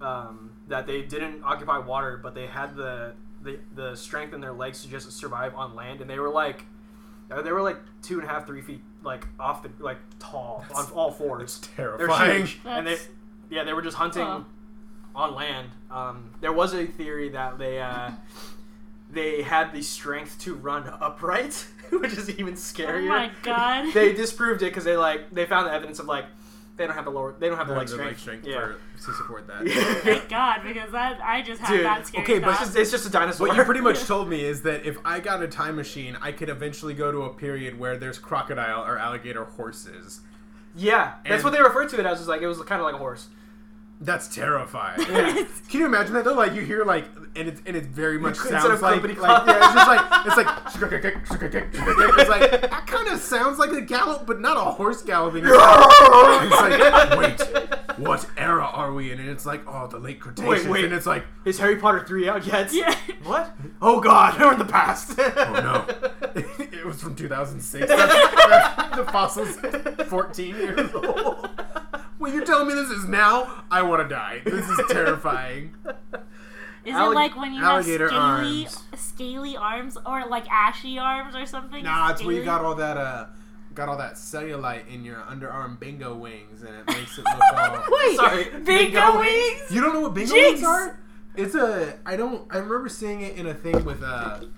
Speaker 1: um, that they didn't occupy water, but they had the, the the strength in their legs to just survive on land, and they were like. uh, They were like two and a half, three feet, like off the like tall on all fours. They're
Speaker 3: terrifying.
Speaker 1: huge, and they,
Speaker 2: That's-
Speaker 1: yeah, they were just hunting
Speaker 2: Oh.
Speaker 1: on land. Um, there was a theory that they uh, they had the strength to run upright, which is even
Speaker 2: Oh
Speaker 1: scarier.
Speaker 2: my god.
Speaker 1: They disproved it because they like they found the evidence of like they don't have the lower they don't have the
Speaker 3: They
Speaker 1: leg
Speaker 3: have the leg
Speaker 1: strength.
Speaker 3: strength
Speaker 1: yeah.
Speaker 3: for- to support that.
Speaker 1: Yeah.
Speaker 2: Thank God, because I, I just had
Speaker 1: Dude,
Speaker 2: that scary
Speaker 3: okay, but
Speaker 1: It's
Speaker 2: thought.
Speaker 1: just, it's just a dinosaur.
Speaker 3: what you pretty much told me is that if I got a time machine, I could eventually go to a period where there's crocodile or alligator horses.
Speaker 1: yeah, that's
Speaker 3: And-
Speaker 1: what they referred to it as. Is like it was kind of like a horse.
Speaker 3: That's terrifying. Can you imagine that though? Like you hear like, and it's and it's very much
Speaker 1: Instead of
Speaker 3: sounds like,
Speaker 1: company
Speaker 3: like
Speaker 1: club.
Speaker 3: yeah, it's just like it's like it's like that kind of sounds like a gallop, but not a horse galloping. It's like, it's like wait, what era are we in? And it's like oh, the late Cretaceous,
Speaker 1: Wait, wait.
Speaker 3: and it's like
Speaker 1: Is Harry Potter three out yet?
Speaker 2: Yeah.
Speaker 1: What? Oh God, we're in the past.
Speaker 3: oh no, it was from 2006. That's- the fossils 14 years old. Well, you're telling me this is now? I want to die. This is terrifying.
Speaker 2: Is
Speaker 1: Allig-
Speaker 2: it like when you have
Speaker 3: alligator
Speaker 2: scaly,
Speaker 3: arms.
Speaker 2: scaly arms or like ashy arms or something?
Speaker 3: Nah, it's where you
Speaker 2: Scaly?
Speaker 3: got all that uh got all that cellulite in your underarm bingo wings, and it makes it look all.
Speaker 2: Wait,
Speaker 1: Sorry.
Speaker 2: bingo wings.
Speaker 3: You don't know what bingo
Speaker 2: Jinx!
Speaker 3: wings are? It's a. I don't. I remember seeing it in a thing with a.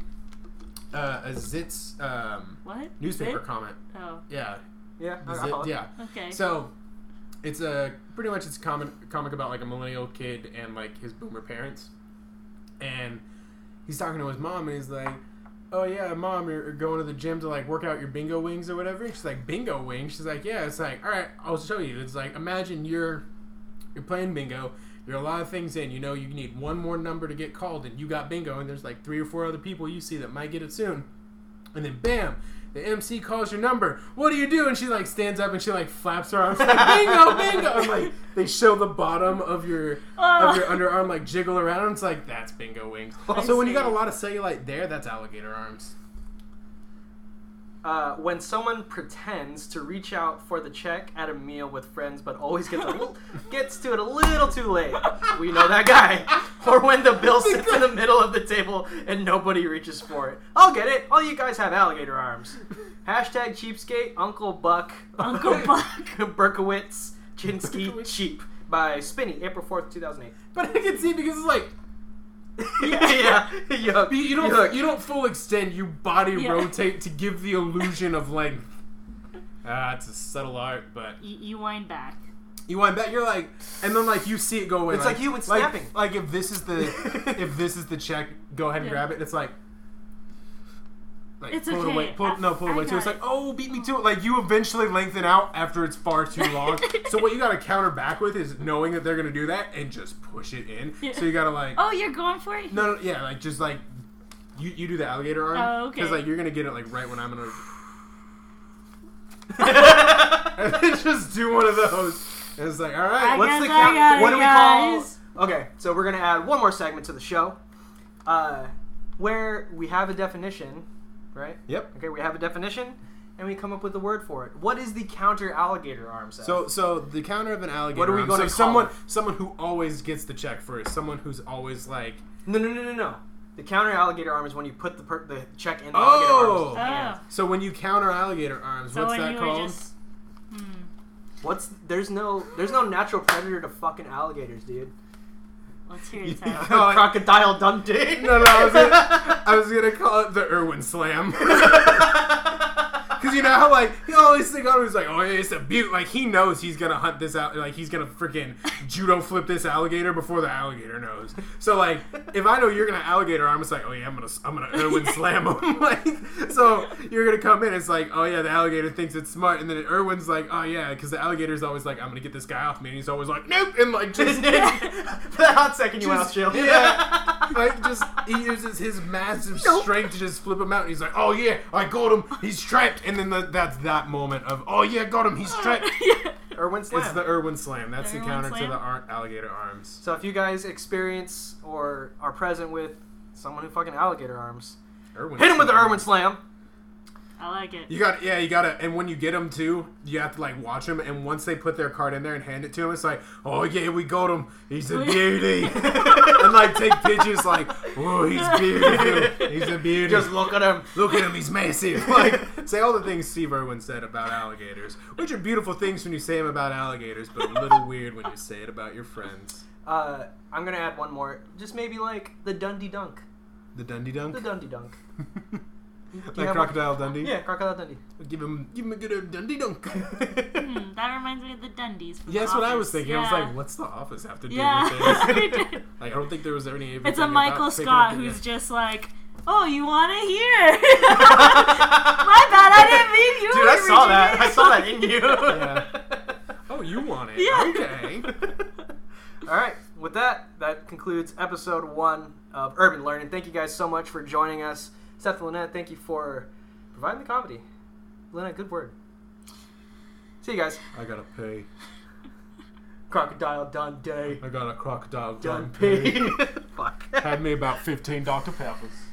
Speaker 3: Uh, a Zitz um,
Speaker 2: What?
Speaker 3: newspaper
Speaker 2: Zit?
Speaker 3: comment.
Speaker 2: Oh,
Speaker 3: Yeah.
Speaker 1: Yeah,
Speaker 3: the
Speaker 1: I
Speaker 3: Zit,
Speaker 1: follow.
Speaker 3: yeah.
Speaker 2: okay.
Speaker 3: So, it's a pretty much it's a comic comic about like a millennial kid and like his boomer parents, and he's talking to his mom and he's like, "Oh yeah, mom, you're you're going to the gym to like work out your bingo wings or whatever." She's like, "Bingo wings." She's like, "Yeah." It's like, "All right, I'll show you." It's like, imagine you're you're playing bingo. You're a lot of things in. You know, you need one more number to get called, and you got bingo. And there's like three or four other people you see that might get it soon. And then bam, the MC calls your number. What do you do? And she like stands up and she like flaps her arms like bingo, bingo. And like they show the bottom of your
Speaker 2: Oh.
Speaker 3: of your underarm like jiggle around. And it's like that's bingo wings.
Speaker 2: I
Speaker 3: Oh, so when you
Speaker 2: see.
Speaker 3: got a lot of cellulite there, that's alligator arms.
Speaker 1: Uh, when someone pretends to reach out for the check at a meal with friends, but always gets a little, gets to it a little too late, we know that guy. Or when the bill sits in the middle of the table and nobody reaches for it. I'll get it. All you guys have alligator arms. Hashtag cheapskate, Uncle Buck,
Speaker 2: Uncle Buck.
Speaker 1: Berkowitz, Chinsky,
Speaker 3: Berkowitz.
Speaker 1: cheap by Spinny, April fourth, two thousand eight.
Speaker 3: But I can see because it's like
Speaker 1: yeah, yuck,
Speaker 3: you, you don't
Speaker 1: yuck.
Speaker 3: you don't full extend. You body
Speaker 2: Yeah.
Speaker 3: rotate to give the illusion of length. Ah, it's a subtle art, but
Speaker 2: You, you wind back.
Speaker 3: You wind back. You're like, and then like you see it go away.
Speaker 1: It's like you with snapping.
Speaker 3: Like, if this is the if this is the check, go ahead and
Speaker 2: Yeah.
Speaker 3: grab it. It's like. Like,
Speaker 2: It's
Speaker 3: pull
Speaker 2: okay.
Speaker 3: it away. Pull,
Speaker 2: I-
Speaker 3: no, pull it
Speaker 2: I
Speaker 3: away too.
Speaker 2: got
Speaker 3: It's
Speaker 2: it.
Speaker 3: like, oh, beat me to it. Like you eventually lengthen out after it's far too long. so what you gotta counter back with is knowing that they're gonna do that and just push it in.
Speaker 2: Yeah.
Speaker 3: So you gotta like,
Speaker 2: Oh, you're going for it?
Speaker 3: no, no, yeah, like just like you, you do the alligator arm
Speaker 2: Oh, okay.
Speaker 3: like you're gonna get it like right when I'm gonna. and then just do one of those. And it's like, all right,
Speaker 2: I
Speaker 3: let's
Speaker 1: What's the
Speaker 2: Yes, I
Speaker 1: count?
Speaker 2: got it,
Speaker 1: what do we
Speaker 2: guys.
Speaker 1: call? Okay, so we're gonna add one more segment to the show, uh, where we have a definition, right?
Speaker 3: Yep.
Speaker 1: Okay, we have a definition, and we come up with a word for it. What is the counter alligator arm? Seth?
Speaker 3: So, so the counter of an alligator.
Speaker 1: What are we
Speaker 3: arm,
Speaker 1: gonna
Speaker 3: so
Speaker 1: call
Speaker 3: someone,
Speaker 1: it?
Speaker 3: someone who always gets the check first. Someone who's always like,
Speaker 1: no, no, no, no, no. The counter alligator arm is when you put the per- the check in the
Speaker 3: Oh!
Speaker 1: alligator arm's hand.
Speaker 2: Oh.
Speaker 3: so when you counter alligator arms,
Speaker 2: So
Speaker 3: what's
Speaker 2: when
Speaker 3: that
Speaker 2: you were
Speaker 3: called?
Speaker 2: just. Hmm.
Speaker 1: What's there's no there's no natural predator to fucking alligators, dude.
Speaker 2: Let's hear it,
Speaker 3: Yeah.
Speaker 2: Tyler.
Speaker 3: No, I-
Speaker 1: Crocodile Dundee.
Speaker 3: No, no, I was, gonna, I was gonna call it the Irwin Slam. Because you know how, like, he always think on it, he's like, oh, it's a beaut. Like, he knows he's gonna hunt this out. Like, he's gonna freaking judo flip this alligator before the alligator knows. So, like, if I know you're gonna alligator arm, it's like, oh, yeah, I'm gonna, I'm gonna Irwin Slam him. like, so you're gonna come in, it's like, oh, yeah, the alligator thinks it's smart. And then Irwin's like, oh, yeah, because the alligator's always like, I'm gonna get this guy off me. And he's always like, nope. And, like,
Speaker 1: For
Speaker 3: just
Speaker 1: that hot second, you went off
Speaker 3: just,
Speaker 1: chill.
Speaker 3: yeah, like just he uses his massive strength to just flip him out. And he's like, "Oh yeah, I got him. He's trapped." And then the, that's that moment of, "Oh yeah, got him. He's trapped."
Speaker 2: Yeah.
Speaker 1: Irwin Slam.
Speaker 3: It's the Irwin Slam. That's the,
Speaker 2: Irwin
Speaker 3: counter to
Speaker 2: Slam?
Speaker 3: the ar- alligator arms.
Speaker 1: So if you guys experience or are present with someone who fucking alligator arms,
Speaker 3: Irwin
Speaker 1: hit him with the
Speaker 3: Slam.
Speaker 1: Irwin Slam.
Speaker 2: I like it.
Speaker 3: You got yeah, you gotta, and when you get them too, you have to like watch them. And once they put their card in there and hand it to him, it's like, oh yeah, we got him. He's a beauty. and like take pictures, like, oh, he's beautiful. He's a beauty.
Speaker 1: Just look at him.
Speaker 3: Look at him, he's massive. Like, say all the things Steve Irwin said about alligators, which are beautiful things when you say them about alligators, but a little weird when you say it about your friends.
Speaker 1: Uh, I'm gonna add one more. Just maybe like the Dundee Dunk.
Speaker 3: The Dundee
Speaker 1: The
Speaker 3: Dunk?
Speaker 1: Dundee Dunk. you
Speaker 3: like
Speaker 1: have
Speaker 3: Crocodile Dundee?
Speaker 1: Yeah, Crocodile Dundee.
Speaker 3: Give him, give him a good old Dundee Dunk.
Speaker 2: Hmm, that reminds me of the Dundies. From
Speaker 3: yeah, that's
Speaker 2: the
Speaker 3: what I was
Speaker 2: Office.
Speaker 3: thinking.
Speaker 2: Yeah.
Speaker 3: I was like, what's the office have to do
Speaker 2: Yeah.
Speaker 3: with this?
Speaker 2: We did.
Speaker 3: Like, I don't think there was any.
Speaker 2: it's
Speaker 3: anything
Speaker 2: a
Speaker 3: about
Speaker 2: Michael
Speaker 3: picking
Speaker 2: Scott
Speaker 3: up the-
Speaker 2: who's just like, oh, you want to hear? My bad, I didn't mean you.
Speaker 1: Dude,
Speaker 2: were
Speaker 1: I saw
Speaker 2: reading
Speaker 1: that.
Speaker 2: it.
Speaker 1: I saw that in you.
Speaker 3: Oh, you want it?
Speaker 2: Yeah.
Speaker 3: Okay.
Speaker 1: All right. With that, that concludes episode one of Urban Learning. Thank you guys so much for joining us. Seth and Lynette, thank you for providing the comedy. Lynette, good word. See you guys.
Speaker 3: I gotta pay.
Speaker 1: Crocodile Dundee.
Speaker 3: I got a crocodile
Speaker 1: Dundee. Fuck.
Speaker 3: Had me about 15 Dr. Peppers.